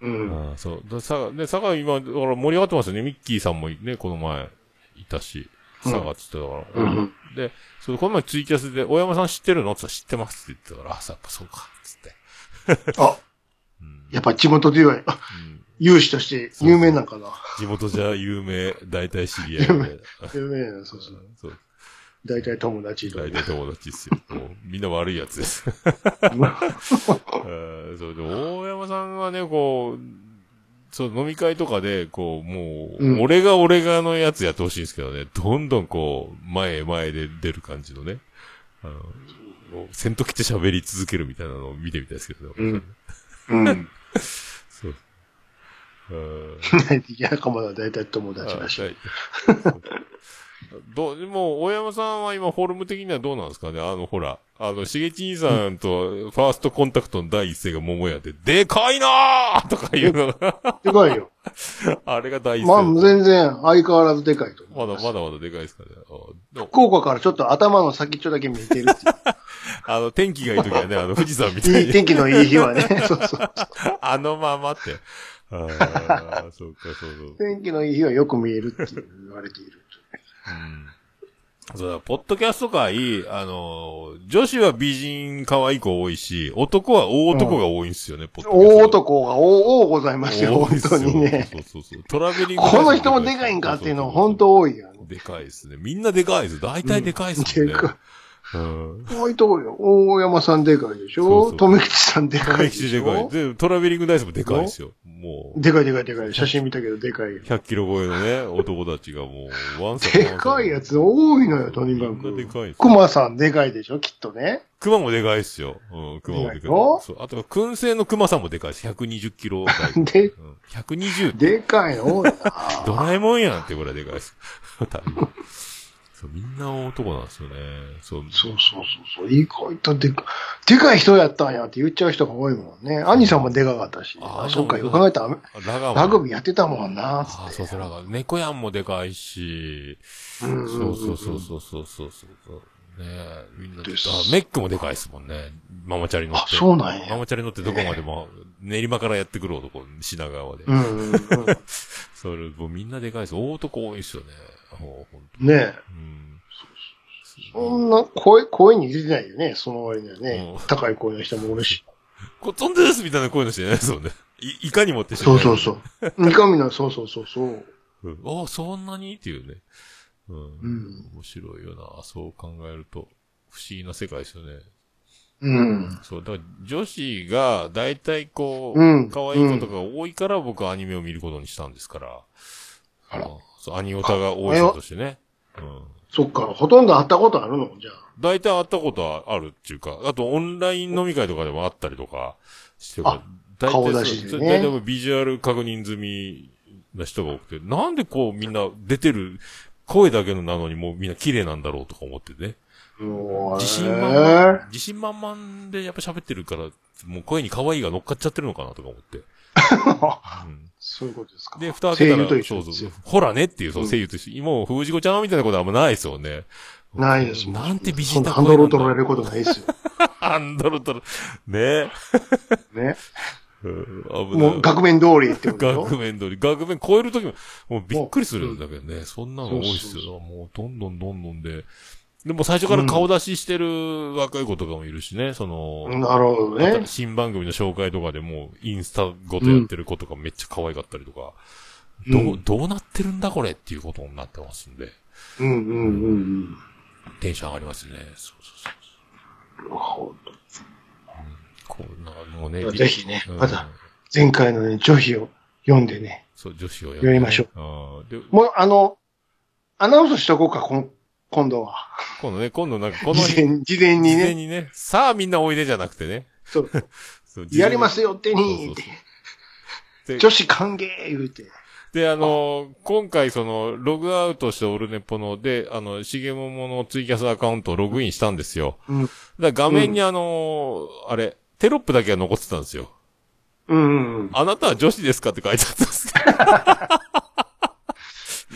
う。うんん、そう。だ佐賀、ね、佐賀今、だから盛り上がってますよね。ミッキーさんもね、この前、いたし、佐賀って言ってたかうら。ん。で、そのこの前ツイキャスで、大山さん知ってるのって言ったら知ってますって言ってたから、あ、そうやっぱそうか、つって。あ、うんやっぱ地元では、あうん有志として有名なんかな。地元じゃ有名、大体知り合いで 有名、有名な、そうそう。そう、大体友達とか大。体友達です よ。もうみんな悪いやつです。えーそうで、大山さんはね、こう、そう、飲み会とかで、こう、もう、うん俺が俺がのやつやってほしいんですけどね、どんどんこう、前へ前へで出る感じのね、あの、もう戦闘機って喋り続けるみたいなのを見てみたいですけどね。うん。うん。そう。うーん仲間は大体友達らしい。あはいどう、もう、大山さんは今、フォルム的にはどうなんですかねあの、ほら、あの、しげち兄さんと、ファーストコンタクトの第一声が桃屋で、でかいなーとかいうのが、 でかいよ。あれが第一まあ、声。全然相変わらずでかいと思まいだます。まだまだでかいですからね。あの福岡からちょっと頭の先っちょだけ見えてるってあの、天気がいい時はね、あの、富士山みたいう。 いいい に、天気のいい日はね。そうそう。あのままって。ああ、そうか、そうそう。天気のいい日はよく見えるって言われている。うんそうだ、ポッドキャスト界、あのー、女子は美人可愛い子多いし、男は大男が多いんですよね、ポッドキャスト。大男が大、大ございましたよ、多いっ本すよ当にね。そうそうそう。トラベリング。この人もでかいんかっていうの、本当多いよね。でかいですね。みんなでかいです。大体でかいですもんね。でかうん。い。多いとこよ。大山さんでかいでしそうょそう富吉さんでかい大で吉しでかい。ょで、トラベリングダイスもでかいですよ。もう、でかいでかいでかい。写真見たけどでかいよ。 100キロ超えのね、男たちがもう、ワンサでかいやつ多いのよ、とにかみんなでかいでくす。熊さんでかいでしょきっとね。熊もでかいっすよ。うん、熊もでかでかいい。よそう。あと、燻製の熊さんもでかいです。120キ ロ台。でう、ん、120ってでかいの多いな。ドラえもんやんってぐらいでかいです。 だいぶそうみんな男なんですよね。そう。そうそうそうそう。意外とでかい、でかい人やったんやって言っちゃう人が多いもんね。兄さんもでかかったし。ああ、そっか、よく考えたら、あラガもラグビーやってたもんな。つああ、ってそうそう、ラガ猫やんもでかいし。うんうんうんそううんそうそうそうそうそうそう。ねえ、みんなでですあ、メックもでかいですもんね。ママチャリ乗って。あそうなんやママチャリ乗ってどこまでも、練馬からやってくる男、品川で。うんうんうん。それ、もうみんなでかいです。大男多いですよね。もう、ほんと。ねえ。うん。そんな声、声に出てないよね、その割にはね。うん高い声の人もおるし。ご存知ですみたいな声の人じゃないですもんね。い、いかにもって人そうそ うそう。三上の、そうそうそうそう。うんああ、そんなにっていうね。うん。ん面白いよな。そう考えると。不思議な世界ですよね。うん。そう、だから女子が大体こう、うん可愛い子とか多いから僕はアニメを見ることにしたんですから。あらうんそう、アニオタが多い人としてね。うん。そっか、ほとんど会ったことあるのじゃ大体会ったことはあるっていうか、あとオンライン飲み会とかでもあったりとかしてるからあ大体顔出しでねそう大体もうビジュアル確認済みな人が多くて、なんでこうみんな出てる声だけのなのにもうみんな綺麗なんだろうとか思ってね。あ。もう自信満々、え自信満々でやっぱ喋ってるから、もう声に可愛いが乗っかっちゃってるのかなとか思 って。うんそういうことですか。で、蓋開けた声優ら、とそう一緒そでうすよほらねっていう、そうう、ん声優と一緒。もう、藤子ちゃんみたいなことはあんまないですよね。ないですもん。なんて美そ人んなだハンドルを取られることないですよ。ハンドル取る。ね ね。うん危ないもう、額面通りってことよ額面通り。額面超えるときも、もうびっくりするんだけどね。そんなの多いっすそうそよ。もうどんどんどんどんで。でも最初から顔出ししてる若い子とかもいるしね、その、なるほどね。新番組の紹介とかでもうインスタごとやってる子とかめっちゃ可愛かったりとか、う、どうんどうなってるんだこれっていうことになってますんで、うんうんうんうん。なテンション上がりますね。そうそうるほど。そう。こう、なんかもうね、ぜひねうんまた前回のね、女子を読んでね。そう、女子をややりましょうう。んで、もう、あの、アナウンスしとこうか、こん今度は。今度ね、今度なんかこの事前、事前に事前ね。にね、さあみんなおいでじゃなくてね。そう。 そうやりますよよ、手にってそうそうで女子歓迎言うて。で、あのー今回その、ログアウトしてオルネポので、あの、しげもものツイキャスアカウントをログインしたんですよ。うんだから画面にあのーあれ、テロップだけが残ってたんですよ。うんうんうん。あなたは女子ですかって書いてあったんですけ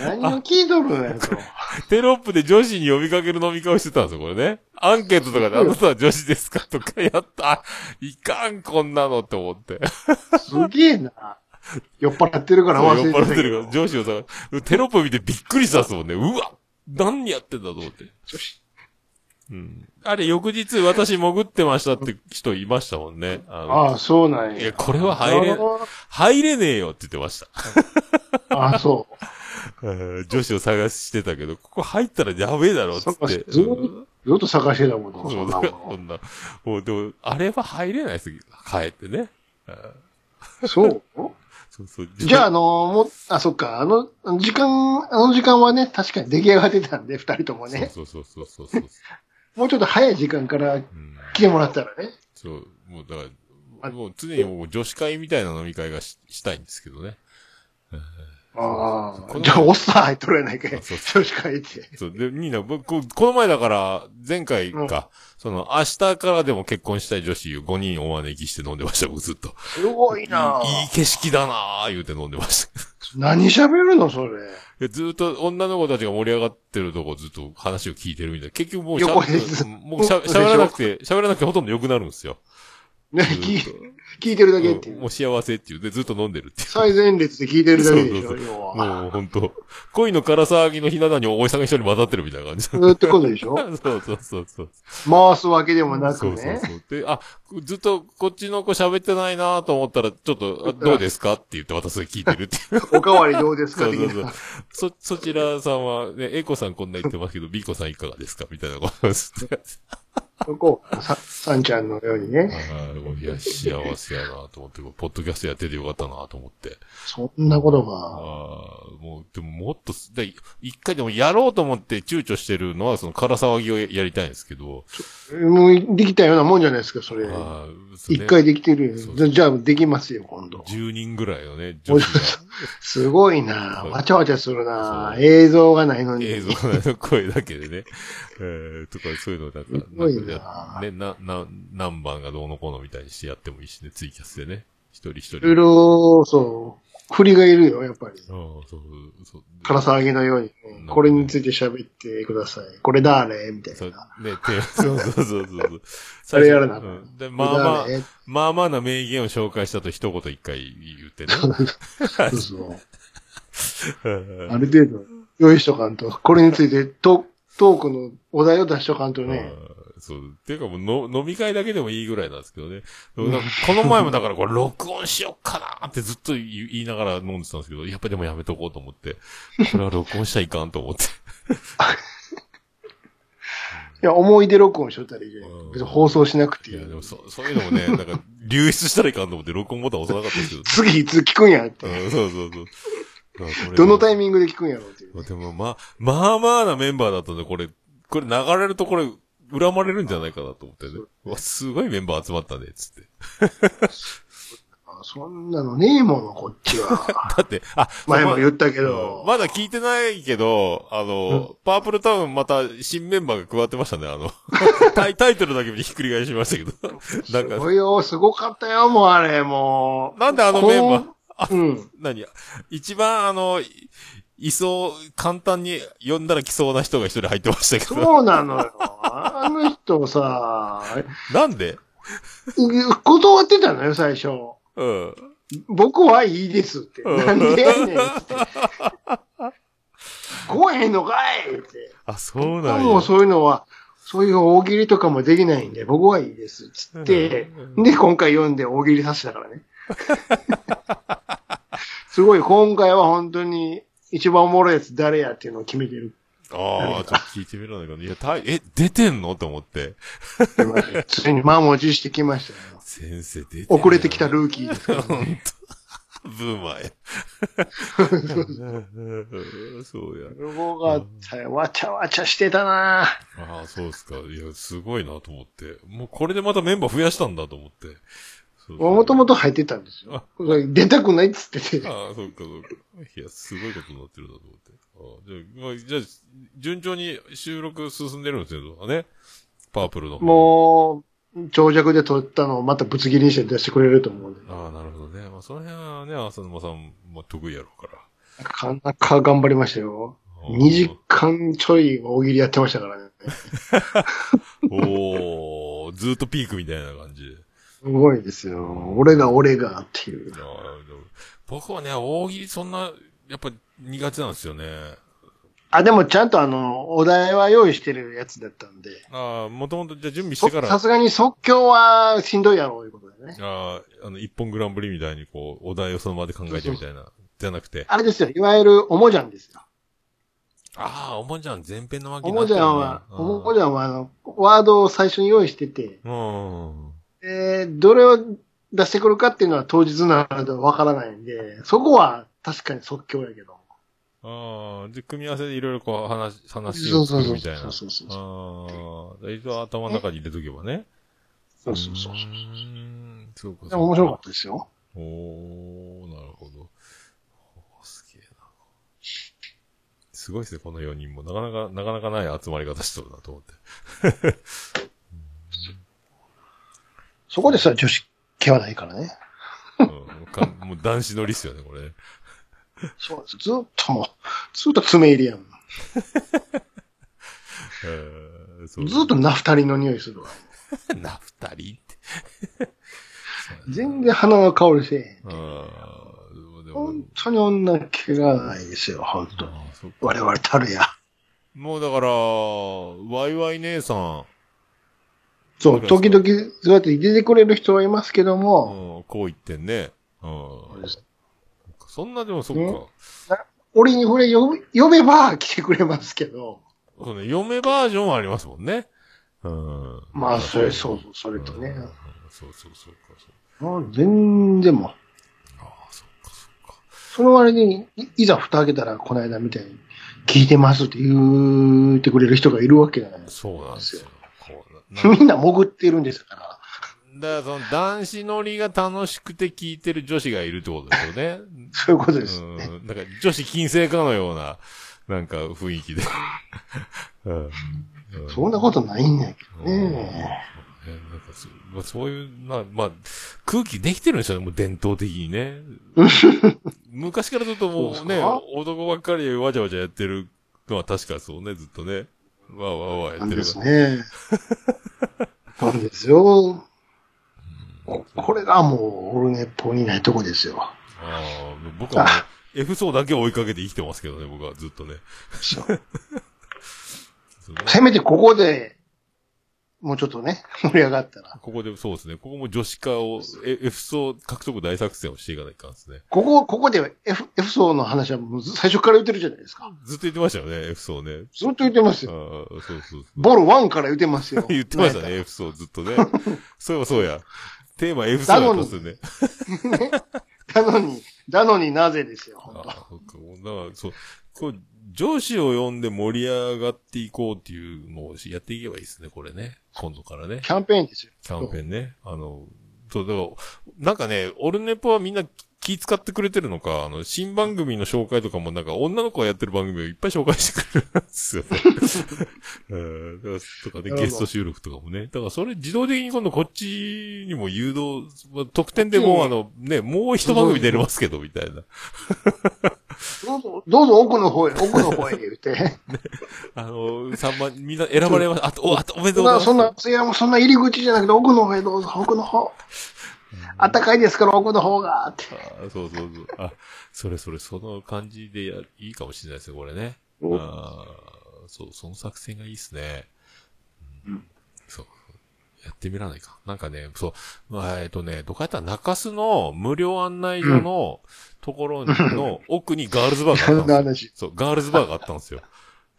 ど何を聞いとるのやと。 テロップで女子に呼びかける飲み会をしてたんですよ、これね。アンケートとかで、あなたは女子ですかとかやった。あいかん、こんなのって思って。すげえな。酔っ払ってるからそう忘酔っれてた払っけてど るから、上司をさ、テロップ見てびっくりしたっすもんね。うわ何やってんだと思って。女子うん。あれ、翌日私潜ってましたって人いましたもんね。あのああ、そうなんいや、や。これは入れなる、ほど入れねえよって言ってました。ああ、そう。えー女子を探してたけど、ここ入ったらやべえだろっつっ探てし。ずうーんずっと探してたもん な、そそんうだなかもらそん。んな。もう、でも、あれは入れないです。帰ってね。そうそうそう。じゃあ、あのもう、あ、そっか、あの、あの時間、あの時間はね、確かに出来上がってたんで、二人ともね。そうそうそうそうそうそう。もうちょっと早い時間からうん来てもらったらね。そう、もうだから、あもう常にもう女子会みたいな飲み会がししたいんですけどね。あこあ。のじゃあ、おっさん入っとるやないかい。あそう調子変えて。そう、で、ニーナ、僕、ここの前だから、前回か、その、明日からでも結婚したい女子を5人お招きして飲んでました、僕ずっと。すごいないい景色だなー言うて飲んでました。 何喋るの、それ。でずっと女の子たちが盛り上がってるとこずっと話を聞いてるみたいな。結局もうしゃ、横へずもうしゃ喋らなくて、喋らなくてほとんど良くなるんですよ。ね、ずっと 聞い聞いてるだけっていうんう。もう幸せっていう。で、ずっと飲んでるっていう。最前列で聞いてるだけでしそょ、うそう要は。もうほんと、恋の唐騒ぎのひな壇においさんが一人混ざってるみたいな感じ。そうってことでしょそうそうそうそう。回すわけでもなくそうそうね。そう。で、あ、ずっとこっちの子喋ってないなと思ったら、ちょっと、あどうですかって言って私が聞いてるっていう。おかわりどうですかそう的そうそな。う。そ、そちらさんは、ね、A 子さんこんな言ってますけど、B 子さんいかがですかみたいなことです。 そこをさ、さんちゃんのようにね。あーいや、幸せやなと思って、ポッドキャストやっててよかったなと思って。そんなことが。ああ、もう、でももっと、で一回でもやろうと思って躊躇してるのは、その、空騒ぎをややりたいんですけど、もうできたようなもんじゃないですか、それ。あーそれ一回できてるそうよ。じゃあ、できますよ、今度。 10人ぐらいのね、女子がすごいなそうわちゃわちゃするなそう映像がないのに。映像の声だけでね、 えー、とかそういうのなんか、すごいななんかね、な、な、何番がどうのこうのみたいにしてやってもいいしね、ツイキャスでね、一人一人。いろいろ、そう、振りがいるよ、やっぱり。うん、そう、そう。から騒ぎのように、んこれについて喋ってください。これだね、みたそういな。ね、て、 そうそうそうそう。あれやるなうんで、まあまあこ、れだねまあまあな名言を紹介したと一言一回言ってね。そうそう。ある程度、用意しとかんと、これについてトトークのお題を出しとかんとね。あーそう。っていうかもうの飲み会だけでもいいぐらいなんですけどね。なんかこの前もだからこれ録音しよっかなーってずっと言い言いながら飲んでたんですけど、やっぱりでもやめとこうと思って。これは録音しちゃいかんと思って。いや、思い出録音しとったらいいじゃないうん別に放送しなく ていいや、でい。もそそういうのもね、なんか流出したらいかんと思って録音ボタン押さなかったんです け次いつ聞くんやって。ど。うん、そうそうそうまあこれ。どのタインミングで聞くんやろうっていう。グでもまあ、まあまあなメンバーだったんで、これ、これ流れるとこれ、恨まれるんじゃないかなと思ってね。うわ、すごいメンバー集まったね、つって。あそんなのねえもの、こっち は。だって、あ、前もまあ言ったけうどん。まだ聞いてないけど、あの、パープルタウンまた新メンバーが加わってましたね、あ の。タイタイトルだけ見てひっくり返しましたけど。なんすか、ごいよ、すごかったよ、もうあれ、もなんであのメンバーこ、う。うん。何一番あの、いいそう、簡単に呼んだら来そうな人が一人入ってましたけど。そうなのよ。あの人さ、なんでう断ってたのよ、最初。うん。僕はいいですって。うんなんでやねん って。来へんのかいって。あ、そうなんもうや。そういうのは、そういう大喜利とかもできないんで、僕はいいですっつってうん、うんで、今回読んで大喜利させたか らね。すごい、今回は本当に一番おもろいやつ誰やっていうのを決めてる。ああ、ちょっと聞いてみらないかな。いや、タイ、え、出てんのと思って。 ついに満を持してきましたよ。先生、出てんの遅れてきたルーキーですからほんと。ブーマー や。 そうや。すごかったよ。わちゃわちゃしてたなぁああ、そうですか。いや、すごいなと思って。もうこれでまたメンバー増やしたんだと思って。そうそうもともと入ってたんですよ。これ出たくないっつってて。ああ、そうか、そうか。いや、すごいことになってるなと思って。ああじゃあ、まあ、じゃあ、順調に収録進んでるんですけどね。パープルの。う。もう、長尺で撮ったのをまたぶつ切りにして出してくれると思うんで。ああ、なるほどね。まあ、その辺はね、浅沼さんも得意やろうから。なかなか頑張りましたよ。ああ2時間ちょい大喜利やってましたからね。おお、ずっとピークみたいな感じで。すごいですよ。俺が俺がっていう。ああでも僕はね、大喜利そんな、やっぱ苦手なんですよね。あ、でもちゃんとあの、お題は用意してるやつだったんで。ああ、もともとじゃあ準備しそてから。さすがに即興はしんどいやろういうことだよね。ああ、あの、一本グランプリみたいにこう、お題をその場で考えてみたいな、じゃなくて。あれですよ。いわゆる、おもじゃんですよ。ああ、おもじゃん、前編のわけおになもっちじゃうな。ゃんは、おもじじゃんは、あの、ワードを最初に用意してて、ゃん。うん。えーどれを出してくるかっていうのは当日なのでわからないんで、そこは確かに即興やけど。ああ、で、組み合わせでいろいろこう、話、話を作るみたいな。そうそうそうそうああ、一応頭の中に入れとけばね。そうそうそううーんそうか。でも面白かったですよ。おー、なるほど。おーすげえな。すごいですね、この4人も。なかなか、なかなかない集まり方しとるなと思って。そこですら女子系はないからね。うん、かもう男子乗りっすよね、これね。そうなんです。ずっともう、ずっと爪入りやん。えー、そうずっとナフタリンの匂いするわ。な、二人って。全然鼻の香りせえへん。ああ、でも、でも本当に女気がないですよ、本当に。あーそっか我々たるや。もうだから、ワイワイ姉さん、そう、そう時ですか々そうやって出てくれる人はいますけどうも、ん、こう言ってんね。うん。そんなでもそっねか。俺にこれ呼べ呼べば来てくれますけど、そうね、嫁バージョンはありますもんね。うん。まあ、それ、そう、それとねうん。うんうんそうそうそうか、そうもう全然もう、ああ、そっか、そっか。その割に、いいざ蓋開けたら、この間みたいに、聞いてますって言ってくれる人がいるわけじゃないです。そうなんですよ。こうな なんみんな潜ってるんですから。だからその男子乗りが楽しくて聞いてる女子がいるってことですよね。 そういうことです。うん。なんか女子禁制かのような、なんか雰囲気 で。うん。うそんなことないんやけうどんね。えなんかそうまあ、そういう、まあ、まあ、空気できてるんですよね、もう伝統的に ね。昔からずっともそううでね、すか男ばっかりわちゃわちゃやってるのは確かそうね、ずっとね。わあわあわあやなっんてでるすから。ね。なんですよ。ここれがもう、オルネポにないとこですよ。ああ僕はも う、F 層だけを追いかけて生きてますけどね、僕はずっとね。 そうそうせめてここで、もうちょっとね、盛り上がったら。ここで、そうですね。ここも女子化を、え F 層獲得大作戦をしていかないかんですね。ここ、ここで F、F 層の話はもう最初から言ってるじゃないですか。ずっと言ってましたよね、F 層ね。ずっと言ってますああよ。、そうそうそう。。ボル1から言ってますよ 言ってましたね、F 層ずっとね。 そうやそうや。テーマ F 層なやのっにたっすよね。だのに、だのになぜですよ、あ本当あ、そっか。だから、そう。こう、上司を呼んで盛り上がっていこうっていうのをやっていけばいいですね、これね。今度からね。キャンペーンですよ。キャンペーンね。あの、そう、だから、なんかね、オルネポはみんな気使ってくれてるのか、あの、新番組の紹介とかもなんか女の子がやってる番組をいっぱい紹介してくれるんですよね。 うん。だからとかね、なるほどゲスト収録とかもね。だからそれ自動的に今度こっちにも誘導、まあ特典でもうあの、ね、もう一番組出れますけど、みたいな。どうぞ、どうぞ奥の方へ、奥の方へ言って。あの、三番、みんな選ばれます。あと、お、あとおめでとそうございんまな、す。そんな、いやもうそんな入り口じゃなくて奥の方へどうぞ、奥の方。あったかいですから、奥の方が、って。あーそうそうそう。あ、それそれ、その感じでや、いいかもしれないですね、これね。おあーそう、その作戦がいいですね。うん。そう。やってみらないか。なんかね、そう、まあえっ、とね、どこやったら中洲の無料案内所のところ の奥にガールズバーがあったんですよ。そう、ガールズバーがあったんですよ。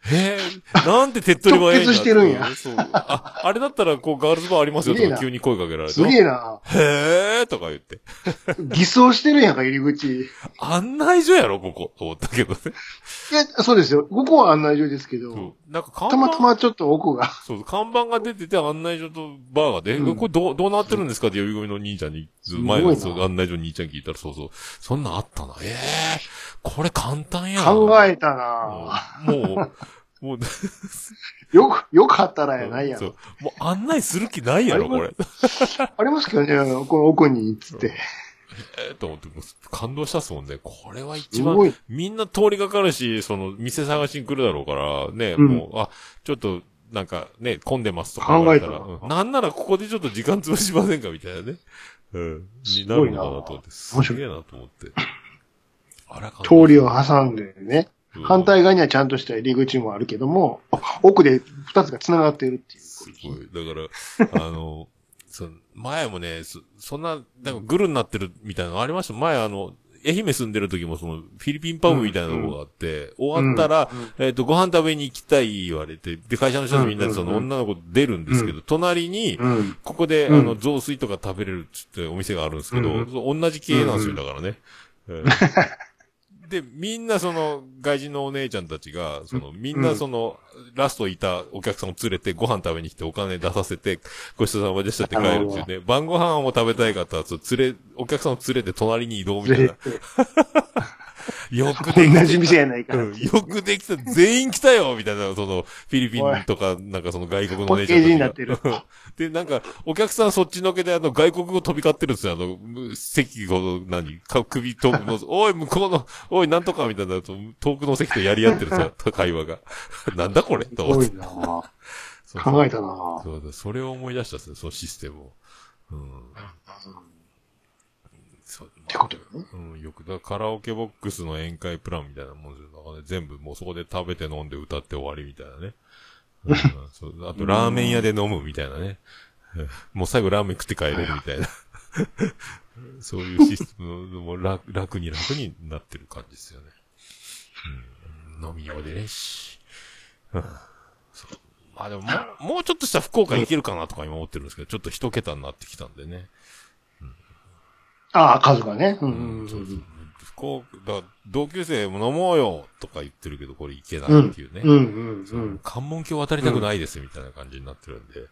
へえ、なんて手っ取り早いんだ直結してるんやそう。あ、あれだったら、こう、ガールズバーありますよすとげえかな急に声かけられて。すげえな。へえ、とか言って。偽装してるやんか、入り口。案内所やろ、ここ。と思ったけどね。いや、そうですよ。ここは案内所ですけど、そうなんか看板たまたまちょっと奥が。そう、看板が出てて案内所とバーがで、うんこれどう、どうなってるんですかって呼び込みの兄ちゃんに、ごいな前のそう案内所に兄ちゃん聞いたら、そうそう、そんなんあったな。ええこれ簡単やな考えたなもう、もう、よく、よかったらや ないやそんう。もう案内する気ないやろ、これ。ありますけどね、この奥に、つって。ええと思って、もう感動したっすもんね。これは一す番ごい。みんな通りがかるし、その、店探しに来るだろうから、ね、うんもう、あ、ちょっと、なんか、ね、混んでますとか言われたら、考えたうんなんならここでちょっと時間潰しませんかみたいなね。うん。になるのかなと思って、すすごいなげえなと思って。あら、通りを挟んでね。うん反対側にはちゃんとした入り口もあるけども、奥で二つが繋がっているっていう。すごい。だから、あの、 そ前もねそ、そんな、なんかグルになってるみたいなのありました。前あの、愛媛住んでる時もその、フィリピンパブみたいなとこがあって、終わったら、えっ、と、ご飯食べに行きたい言われて、で、会社の人たちみんなでそのうんうん女の子出るんですけど、隣に、うん。ここで、あうんの、雑炊とか食べれるっつってお店があるんですけど、うんうんそう同じ系なんですうよ、んだからね。えーで、みんなその、外人のお姉ちゃんたちが、その、みんなその、ラストいたお客さんを連れてご飯食べに来てお金出させて、ごちそうさまでしたって帰るっていうね、晩ご飯を食べたい方は、そう連れ、お客さんを連れて隣に移動みたいな。よくでき同たじ店やないか。うんよくできた、全員来たよみたい な、その、フィリピンとか、なんかその外国のパ姉ッちゃケんーたジちにがなってで、る。なんか、お客さんそっちのけで、あの、外国語飛び交ってるんですよ。あの、む席ごと、何か首飛ぶの、おい、向こう の、おい、なんとかみたいな、と遠くの席とやり合ってるん ですよ、会話が。 なんだこれとす思っごてい。なぁそう考えたなぁそうだ、それを思い出したんですね、そのシステムを。うん。そうてことよね。うん、よく、だカラオケボックスの宴会プランみたいなもんですよ。なんかね、全部もうそこで食べて飲んで歌って終わりみたいなね。うん、 そうあと、ラーメン屋で飲むみたいなね。 うんもう最後ラーメン食って帰れるみたいな。 そういうシステムのもう楽 楽に楽になってる感じですよね。うん、飲み用でねし。うんそうまあでももう、もうちょっとしたら福岡行けるかなとか今思ってるんですけど、ちょっと一桁になってきたんでね。ああ、数がね。ううんんそうそう。福岡、だから同級生も飲もうよとか言ってるけど、これいけなうん。ういっんていうね。。うん。うん。関門橋渡りたくないですみたいな感じになってるんで。そう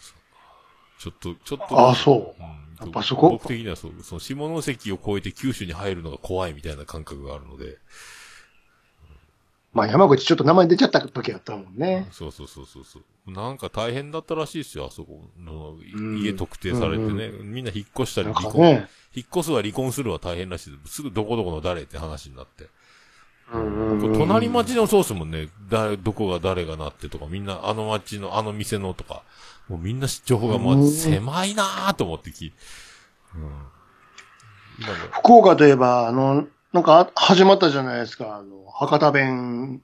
そう。ちょっと、ちょっと。。ああ、そうん、やっぱそこ僕的にはそう、その下関を越えて九州に入るのが怖いみたいな感覚があるので。う。まあ、山口ちょっと名前出ちゃった時やったもんね。そうそうそうそうそう。なんか大変だったらしいですよ、あそこのいうん家特定されてね。みんな引っ越したりなん離か婚、ね。引っ越すは離婚するは大変らしいです。すぐどこどこの誰って話になって。うんこう隣町のソースもね、誰、どこが誰がなってとか、みんなあの町のあの店のとか、もうみんな情報がまうあん狭いなぁと思ってき、うん。今も福岡といえば、あの、なんか始まったじゃないですか、あの、博多弁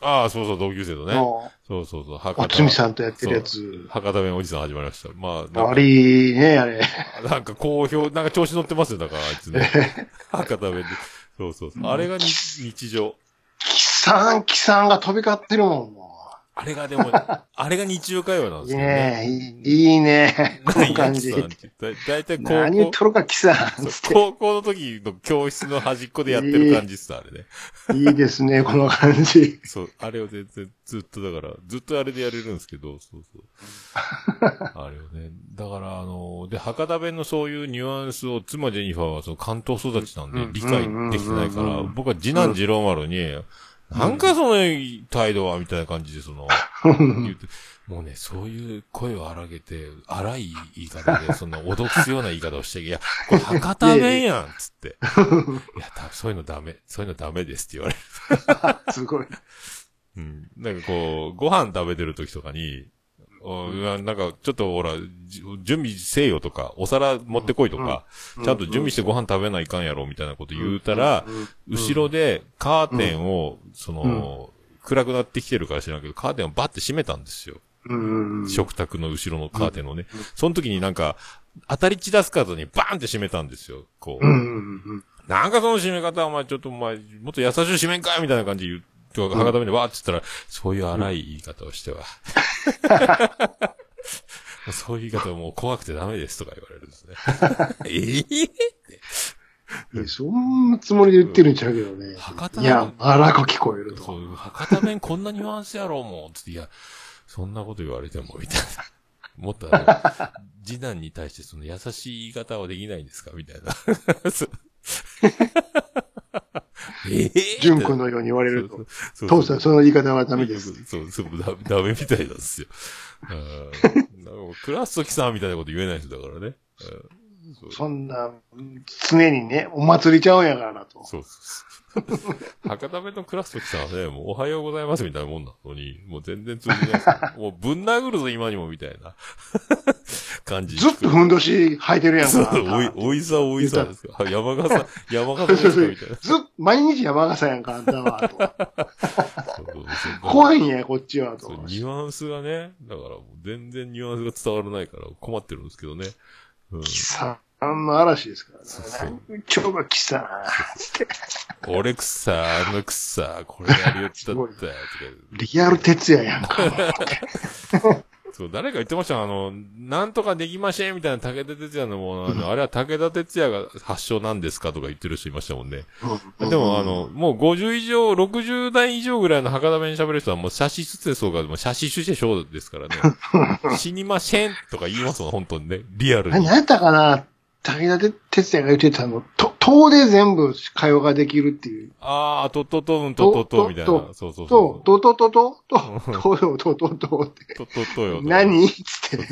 ああ、そうそう、同級生とね。の、そうそうそう、博おつみさんとやってるやつ。博多弁おじさん始まりました。まあ、なん悪いね、あれ。か、なんか好評、なんか調子乗ってますよ、だからあいつね。 博多弁で。そうそうそう。あれがに日常。キさん、キさんが飛び交ってるもん、もあれが でも、あれが日常会話なんう。でいすいよね。ね、いいい いね、この感じ何。やってたんだだいたい高校。何言っとるか、キさん。つっ高校の時の教室の端っこでやってる感じっす、あれね。ていいですね、この感じ。 そう、あれを全然ずっとだから、ずっとあれでやれるんですけど、そう そう。あれをね。だから、あの、で、博多弁のそういうニュアンスを、妻ジェニファーはその関東育ちなんでうん理解できてないかうんうんら、うん僕は次男次郎丸に、なんかその態度は、みたいな感じで、その、言 うてもうね、そういう声を荒げて、荒い言い方で、その、脅かすような言い方をして、いや、これ博多弁やんつっ て。いや、多分そういうのダメ、そういうのダメですって言われる。すごい。うん。なんかこう、ご飯食べてる時とかに、おうわなんか、ちょっとほら、じ準備せよとか、お皿持ってこいとか、ちゃんと準備してご飯食べないかんやろ、みたいなこと言うたら、後ろでカーテンを、その、暗くなってきてるから知らんけど、カーテンをバッて閉めたんですよ。うん。食卓の後ろのカーテンのね。その時になんか、当たり散らすかずにバーンって閉めたんですよ。こうう。ん。なんかその締め方、お前ちょっとお前、もっと優しい締めんかいみたいな感じで言う。とか、博多弁でわーって言ったら、そういう荒い言い方をしては。 そういう言い方はもう怖くてダメですとか言われるん ですね。ええいやそんなつもりで言ってるんちゃうけどね。博多いや、荒く聞こえるそと。う、博多弁こんなニュアンスやろうもん。つって、いや、そんなこと言われても、みたいな。もっとあの、 次男に対してその優しい言い方はできないんですかみ たいな。そう ええ純君のように言われると。そうそう父さん、その言い方はダメです。そう、そう、ダダメみたいなんですよ。うんなんかクラストキさんみたいなこと言えない人だからね。うんそうそんな、常にね、お祭りちゃうんやからなと。そうそうそう。 博多弁のクラストキさんはね、もうおはようございますみたいなもんなのに、もう全然通じないです よ。もうぶん殴るぞ今にもみたいな 感じ。ずっとふんどし履いてるやんそか。あう、んおいた、おいさおいさですか。山笠、山笠そですかうそうそうみ たいな。ずっと、毎日山笠やんか、あんたは、 と。そうそうそう怖いんや、こっちは、とそう、。ニュアンスがね、だからもう全然ニュアンスが伝わらないから困ってるんですけどね。うん。さあんの嵐ですからそうそうね。今日が来たな。俺くさ、あのくさ、これやるよってだったよ、とリアル徹夜 やんか。か。そう、誰か言ってましたよあの、なんとかできませんみたいな武田鉄矢のもの、あの、あれは武田鉄矢が発祥なんですかとか言ってる人いましたもんね。でも、あの、もう50以上、60代以上ぐらいの博多弁喋る人はもう、シャシステソが、もう、シャシシュシェショー ですからね。死にませんとか言いますもん、本当にね。リアル何に。やったかな武田哲也が言ってたの、と、とで全部会話ができるっていう。 ああ、とっとっとん、とっとっと、みたいな。そとうそうそう。と、とととと、うんと、とよとととって。とっとっとよ。何つそっう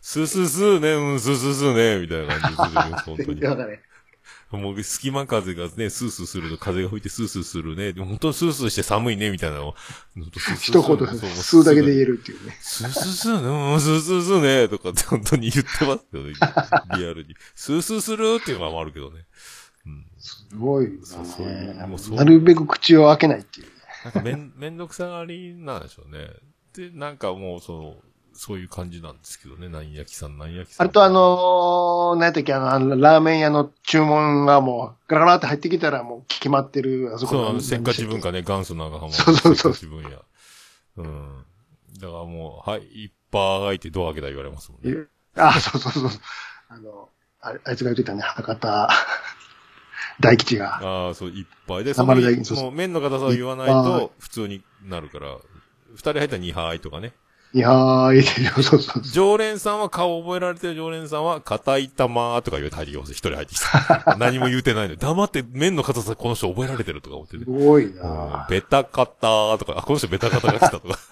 そうすすすね、うん、すすすね、みたいな感じて。でする全よ、然本わかんない。当に。もう隙間風がね、スースーすると風が吹いてスースーするね。でも本当にスースーして寒いね、みたいなのを。一言、吸うだけで言えるっていうね。スースースーね、うん、スースースーね、とかって本当に言ってますよね。リアルに。スースーするっていうのもあるけどね。うん。すごいよねそうそういうもうそうなるべく口を開けないっていう。なんかめん、 めんどくさがりなんでしょうね。で、なんかもう、その、そういう感じなんですけどね。何焼きさん、何焼きさあん。とあ、のー、何やったっけ、あのあの、ラーメン屋の注文がもう、ガラガラって入ってきたらもう決まってる、あそこそう、あの、せっかち文。化ね、元祖長浜のせっかち分野。うん。だからもう、はい、いっぱい開いてドア開けたら言われますもんね。あ、そうそうそうそう。あの、ああいつが言ってたね、博多 大吉が。ああ、そう、いっぱいで、生そので大事そうそうもう麺の硬さを言わないいっと、普通になるから、二人入ったら2杯とかね。いやー、いい でそうそうそ常連さんは顔覚えられてる常連さんは、硬い玉とか言われて入ってきます。一人入ってきた。 何も言うてないのに、黙って麺の硬さこの人覚えられてるとか思ってう。ねす。ごいうんなベタカターとか、あ、この人ベタカタが来たとか。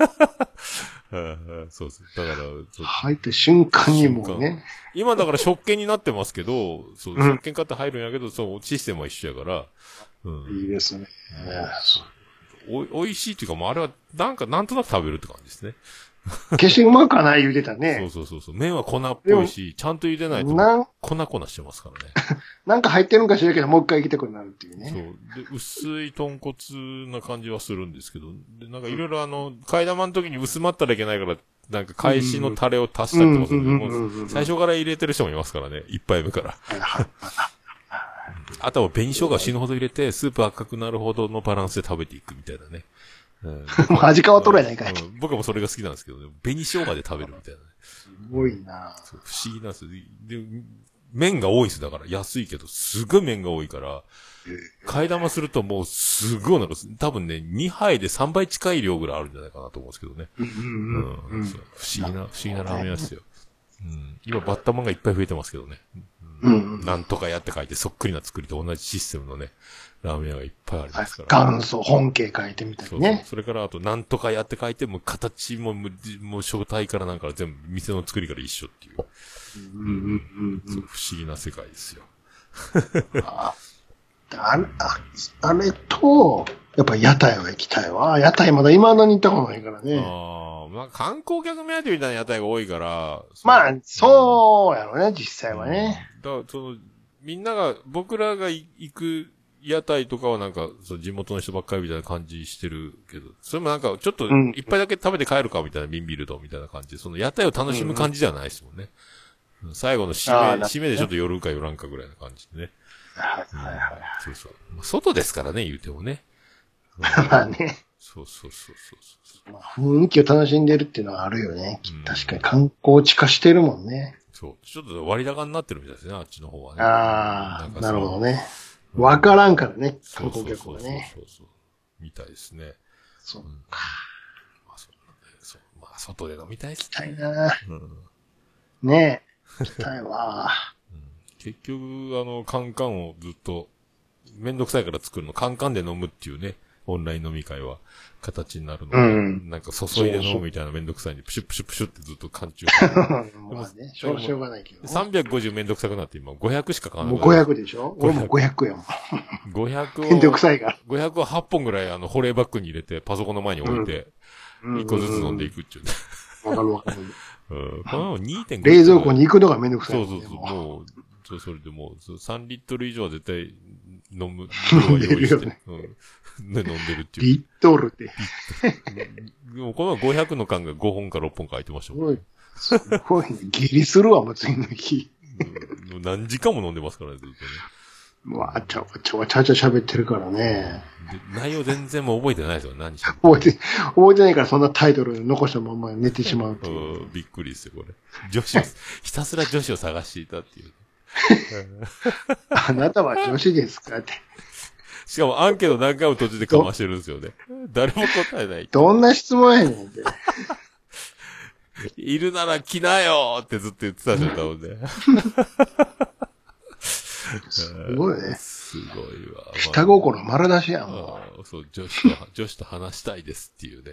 うんうんそうそう。だから、そう入った瞬間にもうね。今だから食券になってますけど、そう、うん食券買って入るんやけど、そう、システムは一緒やから、うん。いいですね。おい、美味しいっていうか、もうあれは、なんか、なんとなく食べるって感じですね。決してうまくはない言うてたそうね。そうそうそう。麺は粉っぽいし、ちゃんと茹でないと、なん、粉々してますからね。なんか入ってるんかしらんけど、もう一回行きたくなるっていうそう。ね。で、薄い豚骨な感じはするんですけど、で、なんかいろいろあの、替え玉の時に薄まったらいけないから、なんか返しのタレを足したりとかする。うんうんもうんうんうんう最初から入れてる人もいますからね、一杯目 から。あとは紅生姜を死ぬほど入れて、スープ赤くなるほどのバランスで食べていくみたいなね。うん、 もう味変わっとるやないかい。すうん僕もそれが好きなんですけどね、紅生姜で食べるみたいなね。ごいなそう不思議なんですよ。で、麺が多いんですよだから。安いけど、すごい麺が多いから、替え玉するともうすごいなる。多分ね、2杯で3倍近い量ぐらいあるんじゃないかなと思うんですけどね。うんううんうんうんそう不思議な、不思議なラーメン屋ですよ。うん、今、バッタモンがいっぱい増えてますけどね。うんうん。なんとかやって書いて、そっくりな作りと同じシステムのね、ラーメン屋がいっぱいありますから。元祖本家変えてみたそりうそうね。それから、あと、なんとかやって書いて、もう形も、もうもう書体からなんか全部、店の作りから一緒っていう。うんうんうんうそうん不思議な世界ですよ。ああれああれと、やっぱ屋台は行きたいわ。屋台まだ今だに行ったことないからね。ああ、まあ観光客目当てみたいな屋台が多いから。まあ、うそうやろね、だ実際はね。。だから、その、みんなが、僕らがい行く屋台とかはなんか、そう地元の人ばっかりみたいな感じしてるけど、それもなんか、ちょっとうん、一杯だけ食べて帰るかみたいな、ビンビルドみたいな感じで、その屋台を楽しむ感じじゃないですもんね。最後の締あーなめ、るほどね締めでちょっと寄るか寄らんかぐらいな感じでね。はいはいはそうそう。まあ外ですからね、言うてもね。い。 まあね、そうそうそうそうそう。まあ雰囲気を楽しんでるっていうのはあるよねうん。確かに観光地化してるもんね。そう。ちょっと割高になってるみたいですね、あっちの方はね。あんあ、かそなのるほど。ね。わからんからね、そ観うそ光うそうそう客はそうね。そうそう。みたいですね。そう。行まあ、そうなんで、そう。まあ、外で飲みたいっすきたね。いなうん。ねえ。行きた いわ。結局、あの、カンカンをずっと、めんどくさいから作るの、カンカンで飲むっていうね、オンライン飲み会は、形になるので、うんなんか注いで飲むみたいなめんどくさいんで、プシュプシュプシュってずっと缶中杯。 まあね、しょうしょうがないけど。 350めんどくさくなって今500しか買わなもうくなっ500でしょ俺も500やもん。た。500を。めんどくさいから。 500を8本ぐらいあの、保冷バッグに入れて、パソコンの前に置いて、1個ずつ飲んでいくっていうね。わかる わかる。うん。この2.5。冷蔵庫に行くのがめんどくさいそもんうね。そうそう。ももう、そうそれでもう、そう3リットル以上は絶対飲む。飲 んでるよ量は用意して。ねうん。で、飲んでるっていう。リットルって。でもこの前500の缶が5本か6本か空いてましすたもん。ごい。すごいね。ギリするわ、もう次の日。うんもう何時間も飲んでますからね、ずっとね。もうわちゃわちゃわちゃわちゃ喋ってるからね。で内容全然もう覚えてないですよ、何しゃべっ覚えて、覚えてないからそんなタイトル残したまま寝てしまうってういう。んびっくりですよ、これ。女子を、ひたすら女子を探していたっていう。あなたは女子ですかって。しかもアンケート何回も途中でかましてるんですよね。誰も答えない。どんな質問やねんって。 いるなら来なよってずっと言ってたじゃん、多分ね。すごいね。すごいわ。下心丸出しやん。もああそう、女子と、 女子と話したいですっていうね。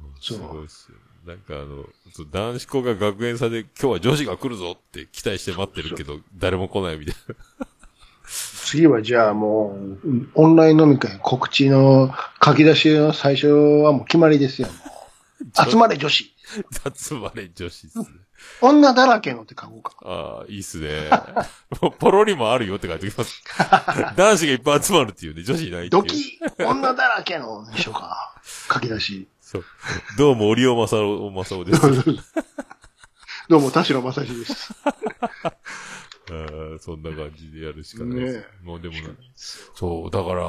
うんそすうごいっすよ。なんかあの、そう男子校が学園祭で今日は女子が来るぞって期待して待ってるけど、誰も来ないみたい な。う次はじゃあもう、うんオンライン飲み会告知の書き出しの最初はもう決まり ですよ。もう集まれ女子。集まれ女子っ すね。女だらけのって書こうか。ああ、いいっすね。もうポロリもあるよって書いておき ます。男子がいっぱい集まるっていうね、女子いないっていドう。キ女だらけのにしようか。 書き出し。 そう。どうも、オリオマサオ、マサオです。どうも、田代正史です。 あーそんな感じでやるしかないです。ねもうでもな、そう、だから、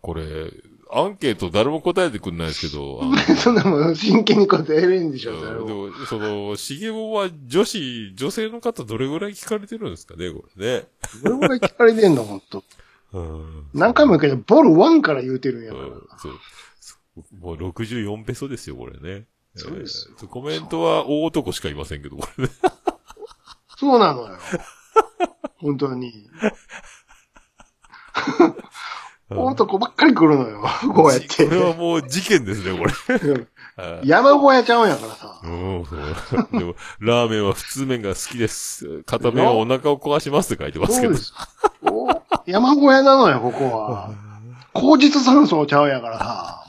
これ、アンケート誰も答えてくんないですけど、あのそんなもん、真剣に答えれんでしょ、それうんでを。も、その、しげもは女子、女性の方どれぐらい聞かれてるんですかね、これね。どれぐらい聞かれてんの、ほんと。うん。何回も言うけど、ボル1から言うてるんやうから。ん、そう。そうもう64ペソですよ、これね。そうですよえーコメントは大男しかいませんけど、これね。そうなのよ。本当に。男ばっかり来るのよ、こうやっこれはて。もう事件ですね、これ。あー山小屋ちゃうんやからさ。うん、そう。でも、ラーメンは普通麺が好きです。片面はお腹を壊しますって書いてますけそうどで。す。お山小屋なのよ、ここは。口実山荘ちゃうんやからさ、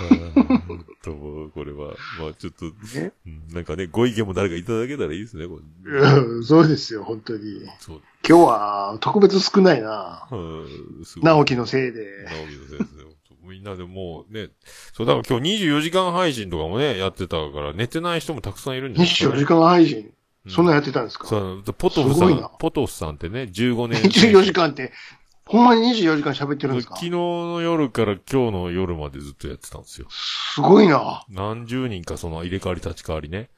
もうんともうこれは、まあちょっと、う。ねうんなんかね、ご意見も誰かいただけたらいいですね、これ。うんそうですよ、本当に。そう。今日は特別少ないな。うん、すごい。直樹のせいで。直樹の先生。みんなでもうね、そう、だから今日24時間配信とかもね、やってたから、寝てない人もたくさんいるんじゃないですか24ね、時間配信。うんそんなんやってたんですか、そうポトフすさ、ごいなんポトフさんってね、15年。 ?24 時間って、ほんまに24時間喋ってるんですか昨日の夜から今日の夜までずっとやってたんですよ。すごいな。何十人かその入れ替わり立ち替わりね。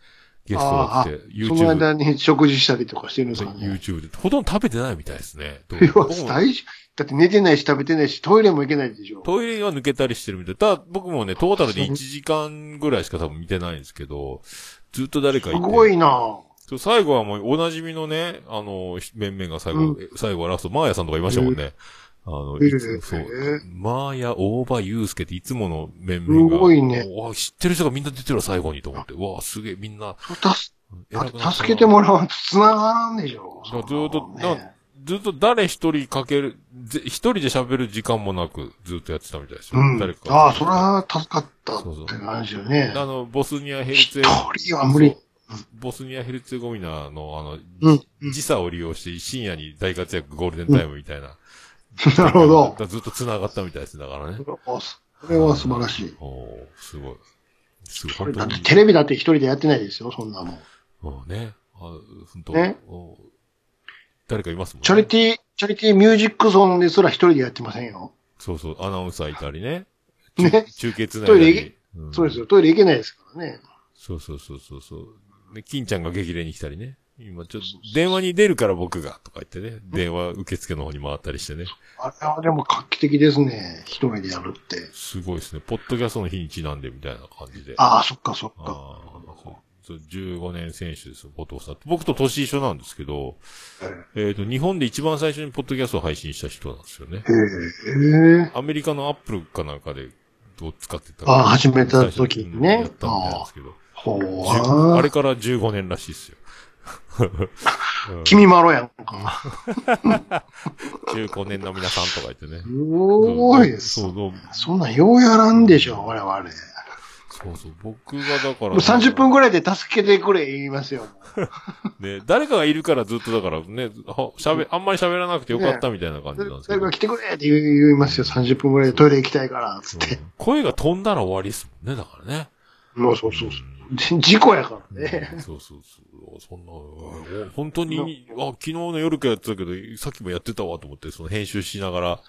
ゲストが来て、その YouTube 間に食事したりとかしてるんですかね。 YouTube で。ほとんど食べてないみたいですね。どう いや僕も大事だって寝てないし食べてないし、トイレも行けないでしょ。トイレは抜けたりしてるみたい。ただ僕もね、トータルで1時間ぐらいしか多分見てないんですけど、ずっと誰かすいて。ごいな。そう最後はもうおなじみのね、あの、ひ面々が最後、うんえ最後はラスト、マーヤさんとかいましたもんね。あの、ええいつもそうええ、マーヤ、大場、ユースケっていつもの面々が。すごいねうわ知ってる人がみんな出てるわ最後にと思って。うわすげえ、みんな。たすだって助けもてもらわんと繋がらんでしょ。だからずーっとそんなもんねなずっと誰一人かける、ぜ一人で喋る時間もなく、ずっとやってたみたいですよ。うん誰。か。ああ、それは助かったっそうそうて感じよね。あの、ボスニアヘルツ一ェ、人は無理。ボスニアヘルツェゴミナの、あうのん、時差を利用して深夜に大活躍ゴールデンタイムみたいな。なるほだどか。らずっと繋がったみたいです。だからね。それは素晴らしい。おーすごい。すごい。これ本だ当ってに。テレビだって一人でやってないですよ、そんなもん。もうんね。あ本当ねお誰かいますもんね。チャリティー、チャリティーミュージックゾーンですら一人でやってませんよ。そうそう、アナウンサーいたりね。ね。中継つないトだイレり。行けんそうですよ、トイレ行けないですからね。そうそうそうそうそう。ね、金ちゃんが激励に来たりね。今ちょっと、電話に出るから僕が、とか言ってね。電話受付の方に回ったりしてね。あれはでも画期的ですね、一人でやるって。すごいですね。ポッドキャストの日にちなんで、みたいな感じで。ああ、そっかそっあか。ーそうそう15年選手ですよ、ポトフさん。僕と年一緒なんですけど、えっ、と、日本で一番最初にポッドキャストを配信した人なんですよね。へえ。アメリカのアップルかなんかで、を使ってた。あー始めた時にねやったみたいなんですけど。ほう10ああれから15年らしいっすよ。君まろやんか。 15年の皆さんとか言ってね。すごいですそ。うそうそんなんようやらんでしょ、我々。そうそう、僕がだから、もう30分ぐらいで助けてくれ言いますよ。ね、誰かがいるからずっとだからね、は喋、あんまり喋らなくてよかったみたいな感じなんですけ誰ど。か来てくれって言い言いますよ。30分ぐらいでトイレ行きたいから、つって。うん声が飛んだら終わりですもんね、だからね。もうそうそうそう。事故やからね。 そうそうそう。そんな、お本当に、あ、昨日の夜からやってたけど、さっきもやってたわと思って、その編集しながら、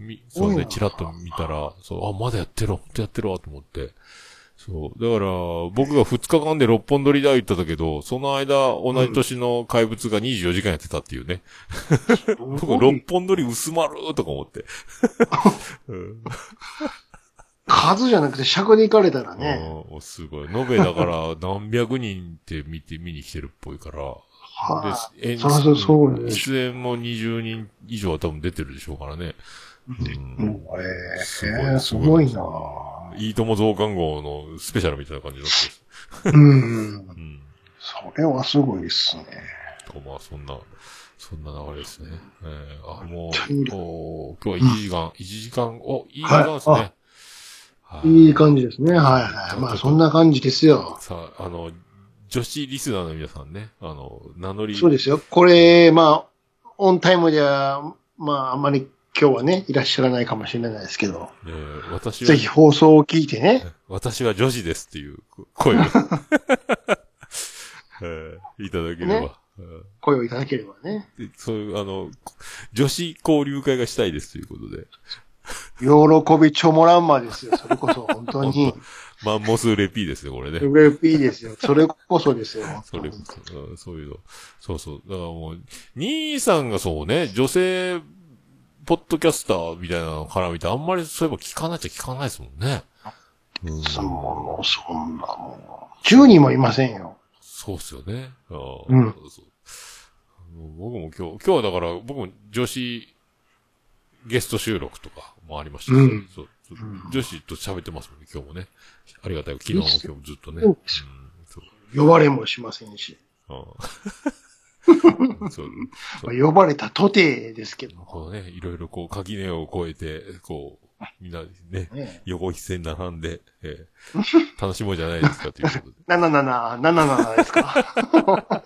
み、そう多いね、なチラッと見たら、そう、あ、まだやってるわ、ほんとやってるわと思って。そう。だから、僕が2日間で六本撮りだ言ってたけど、その間、同じ年の怪物が24時間やってたっていうね。僕、六本撮り薄まるとか思 って。うん数じゃなくて尺で行かれたらね。うんおすごい。延べだから、何百人って見て、見に来てるっぽいから、はい、で、えそらそそうです出演も20人以上は多分出てるでしょうからね。うんもう、えー、すすごいごいすごいなはいいとも増刊号のスペシャルみたいな感じだったです。うん。うん。それはすごいっすね。とまあ、そんな、そんな流れですね。えー、あ、もタイムう、ラおー今日は1時間、1時間、お、いい時は間いですね。はいい感じですね。はいはい。まあ、そんな感じですよ。さあ、あの、女子リスナーの皆さんね、あの、名乗り、そうですよ。これ、まあ、オンタイムでは、まあ、あんまり今日はね、いらっしゃらないかもしれないですけど、えー私ぜひは、放送を聞いてね。私は女子ですっていう声を、 えーいただければ。ねうん声をいただければね。でそういう、あの、女子交流会がしたいですということで、喜びちょもらんまですよ。それこそ、本当に。マンモスレピーですね、これね。 WP ですよ。それこそですよ。それこそ、うん、そういうの。そうそう。だからもう、兄さんがそうね、女性、ポッドキャスターみたいなの絡みってあんまりそういえば聞かないっちゃ聞かないですもんね。うん、そもう、そんなもう。10人もいませんよ。そうっすよね。あーうんそうあの僕も今日、今日はだから、僕も女子ゲスト収録とかもありましたし、うんそうそううん女子と喋ってますもんね、今日もね。ありがたい。昨日も今日もずっとね。うんそう呼ばれもしませんし。あーそうまあ呼ばれたとてですけど。こうね、いろいろこう、垣根を越えて、こう、みんなね、ね横一線並んで、えー楽しもうじゃないですかという ことで。 77、77で すか。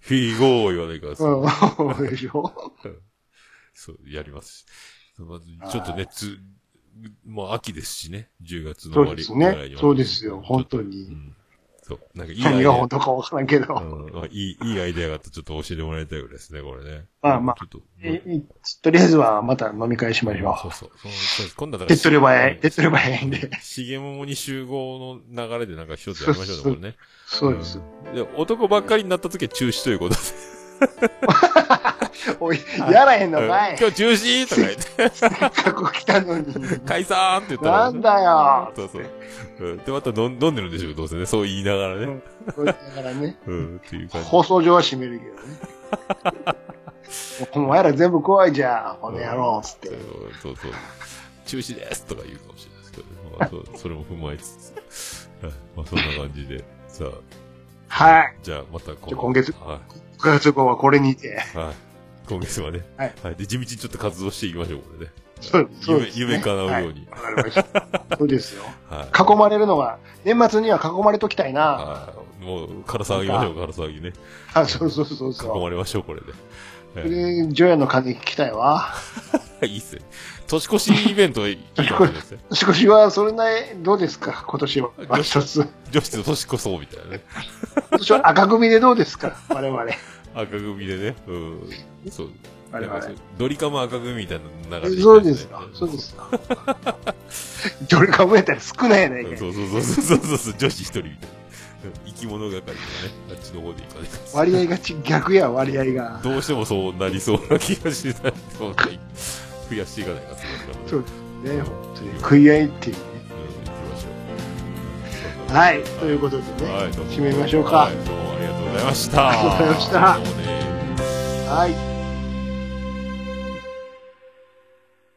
フィーゴー言わないから、そううん。でし ょ。そう、やりますし。まずちょっとね、つ、もう秋ですしね、10月の終そうわでりすぐらいにはね。そうですよ。本当うに。ん。そう。なんかいいアイ何デがア本、当かわからんけど。うん、あいい、いいアイデアがあったらちょっと教えてもらいたいぐらいですね、これね。まあまあちょっと。ええとりあえずは、また飲み会しましそょうそう。そうそうです今度はう。だか手らっ取り早い、手っ取り早いんで。しげももに集合の流れでなんか一つやりましょうね、これね。そうです。うん。で、男ばっかりになった時は中止ということで。おい、やらへんのかうんい。今日中止とか言 って、せっかく来たのに。解散って言ったなら。んだよ。そうそう。うんで、また飲ん飲んでるんでしょう、どうせね。そう言いながらね。そうだからね、うん、っていう感じ。放送上は閉めるけどね。お前ら全部怖いじゃん、この野郎、つって。うんそうそう。中止ですとか言うかもしれないですけど、ね、まあ、 そうそれも踏まえつつ。はいまあ、そんな感じで。さあ、はい。じゃあまた今じゃあ今月は9月号はこれにて。い。はい。今月はね。はい。で、地道にちょっと活動していきましょう、これね。そう そうです、ね。夢夢叶うようにはいわかりました。そ うですよ。はい。囲まれるのが、年末には囲まれときたいな。はい。もう、から騒ぎましょう、から騒ぎね。あ、そうそうそう囲そう。まれましょう、これで。えそれ、ジョヤの風聞きたいわ。えいいっすね。年越しイベントいいかもしれないですね。少しは、それなり、どうですか今年は。どう一つ。今女子と年越そうみたい なね。年は赤組でどうですか我々。赤組でね。うん。そう。我なんか々そう。ドリカム赤組みたいな流れ。そうですか。そうですすか。どれか覚えたら少ないやないかい。そうそうそうそうそうそう。女子一人みたいな。生き物係とかね、あっちの方でいかね割合がち、逆や、割合が。どうしてもそうなりそうな気がしてたそう増やしていかないかな、そううですね、ん本当に。食い合いっていうん、行きね。ましょう。はい、ということでね、はい、どうも締めましょうか。はい、どうもありがとうございました。ありがとうございましたどうもねはい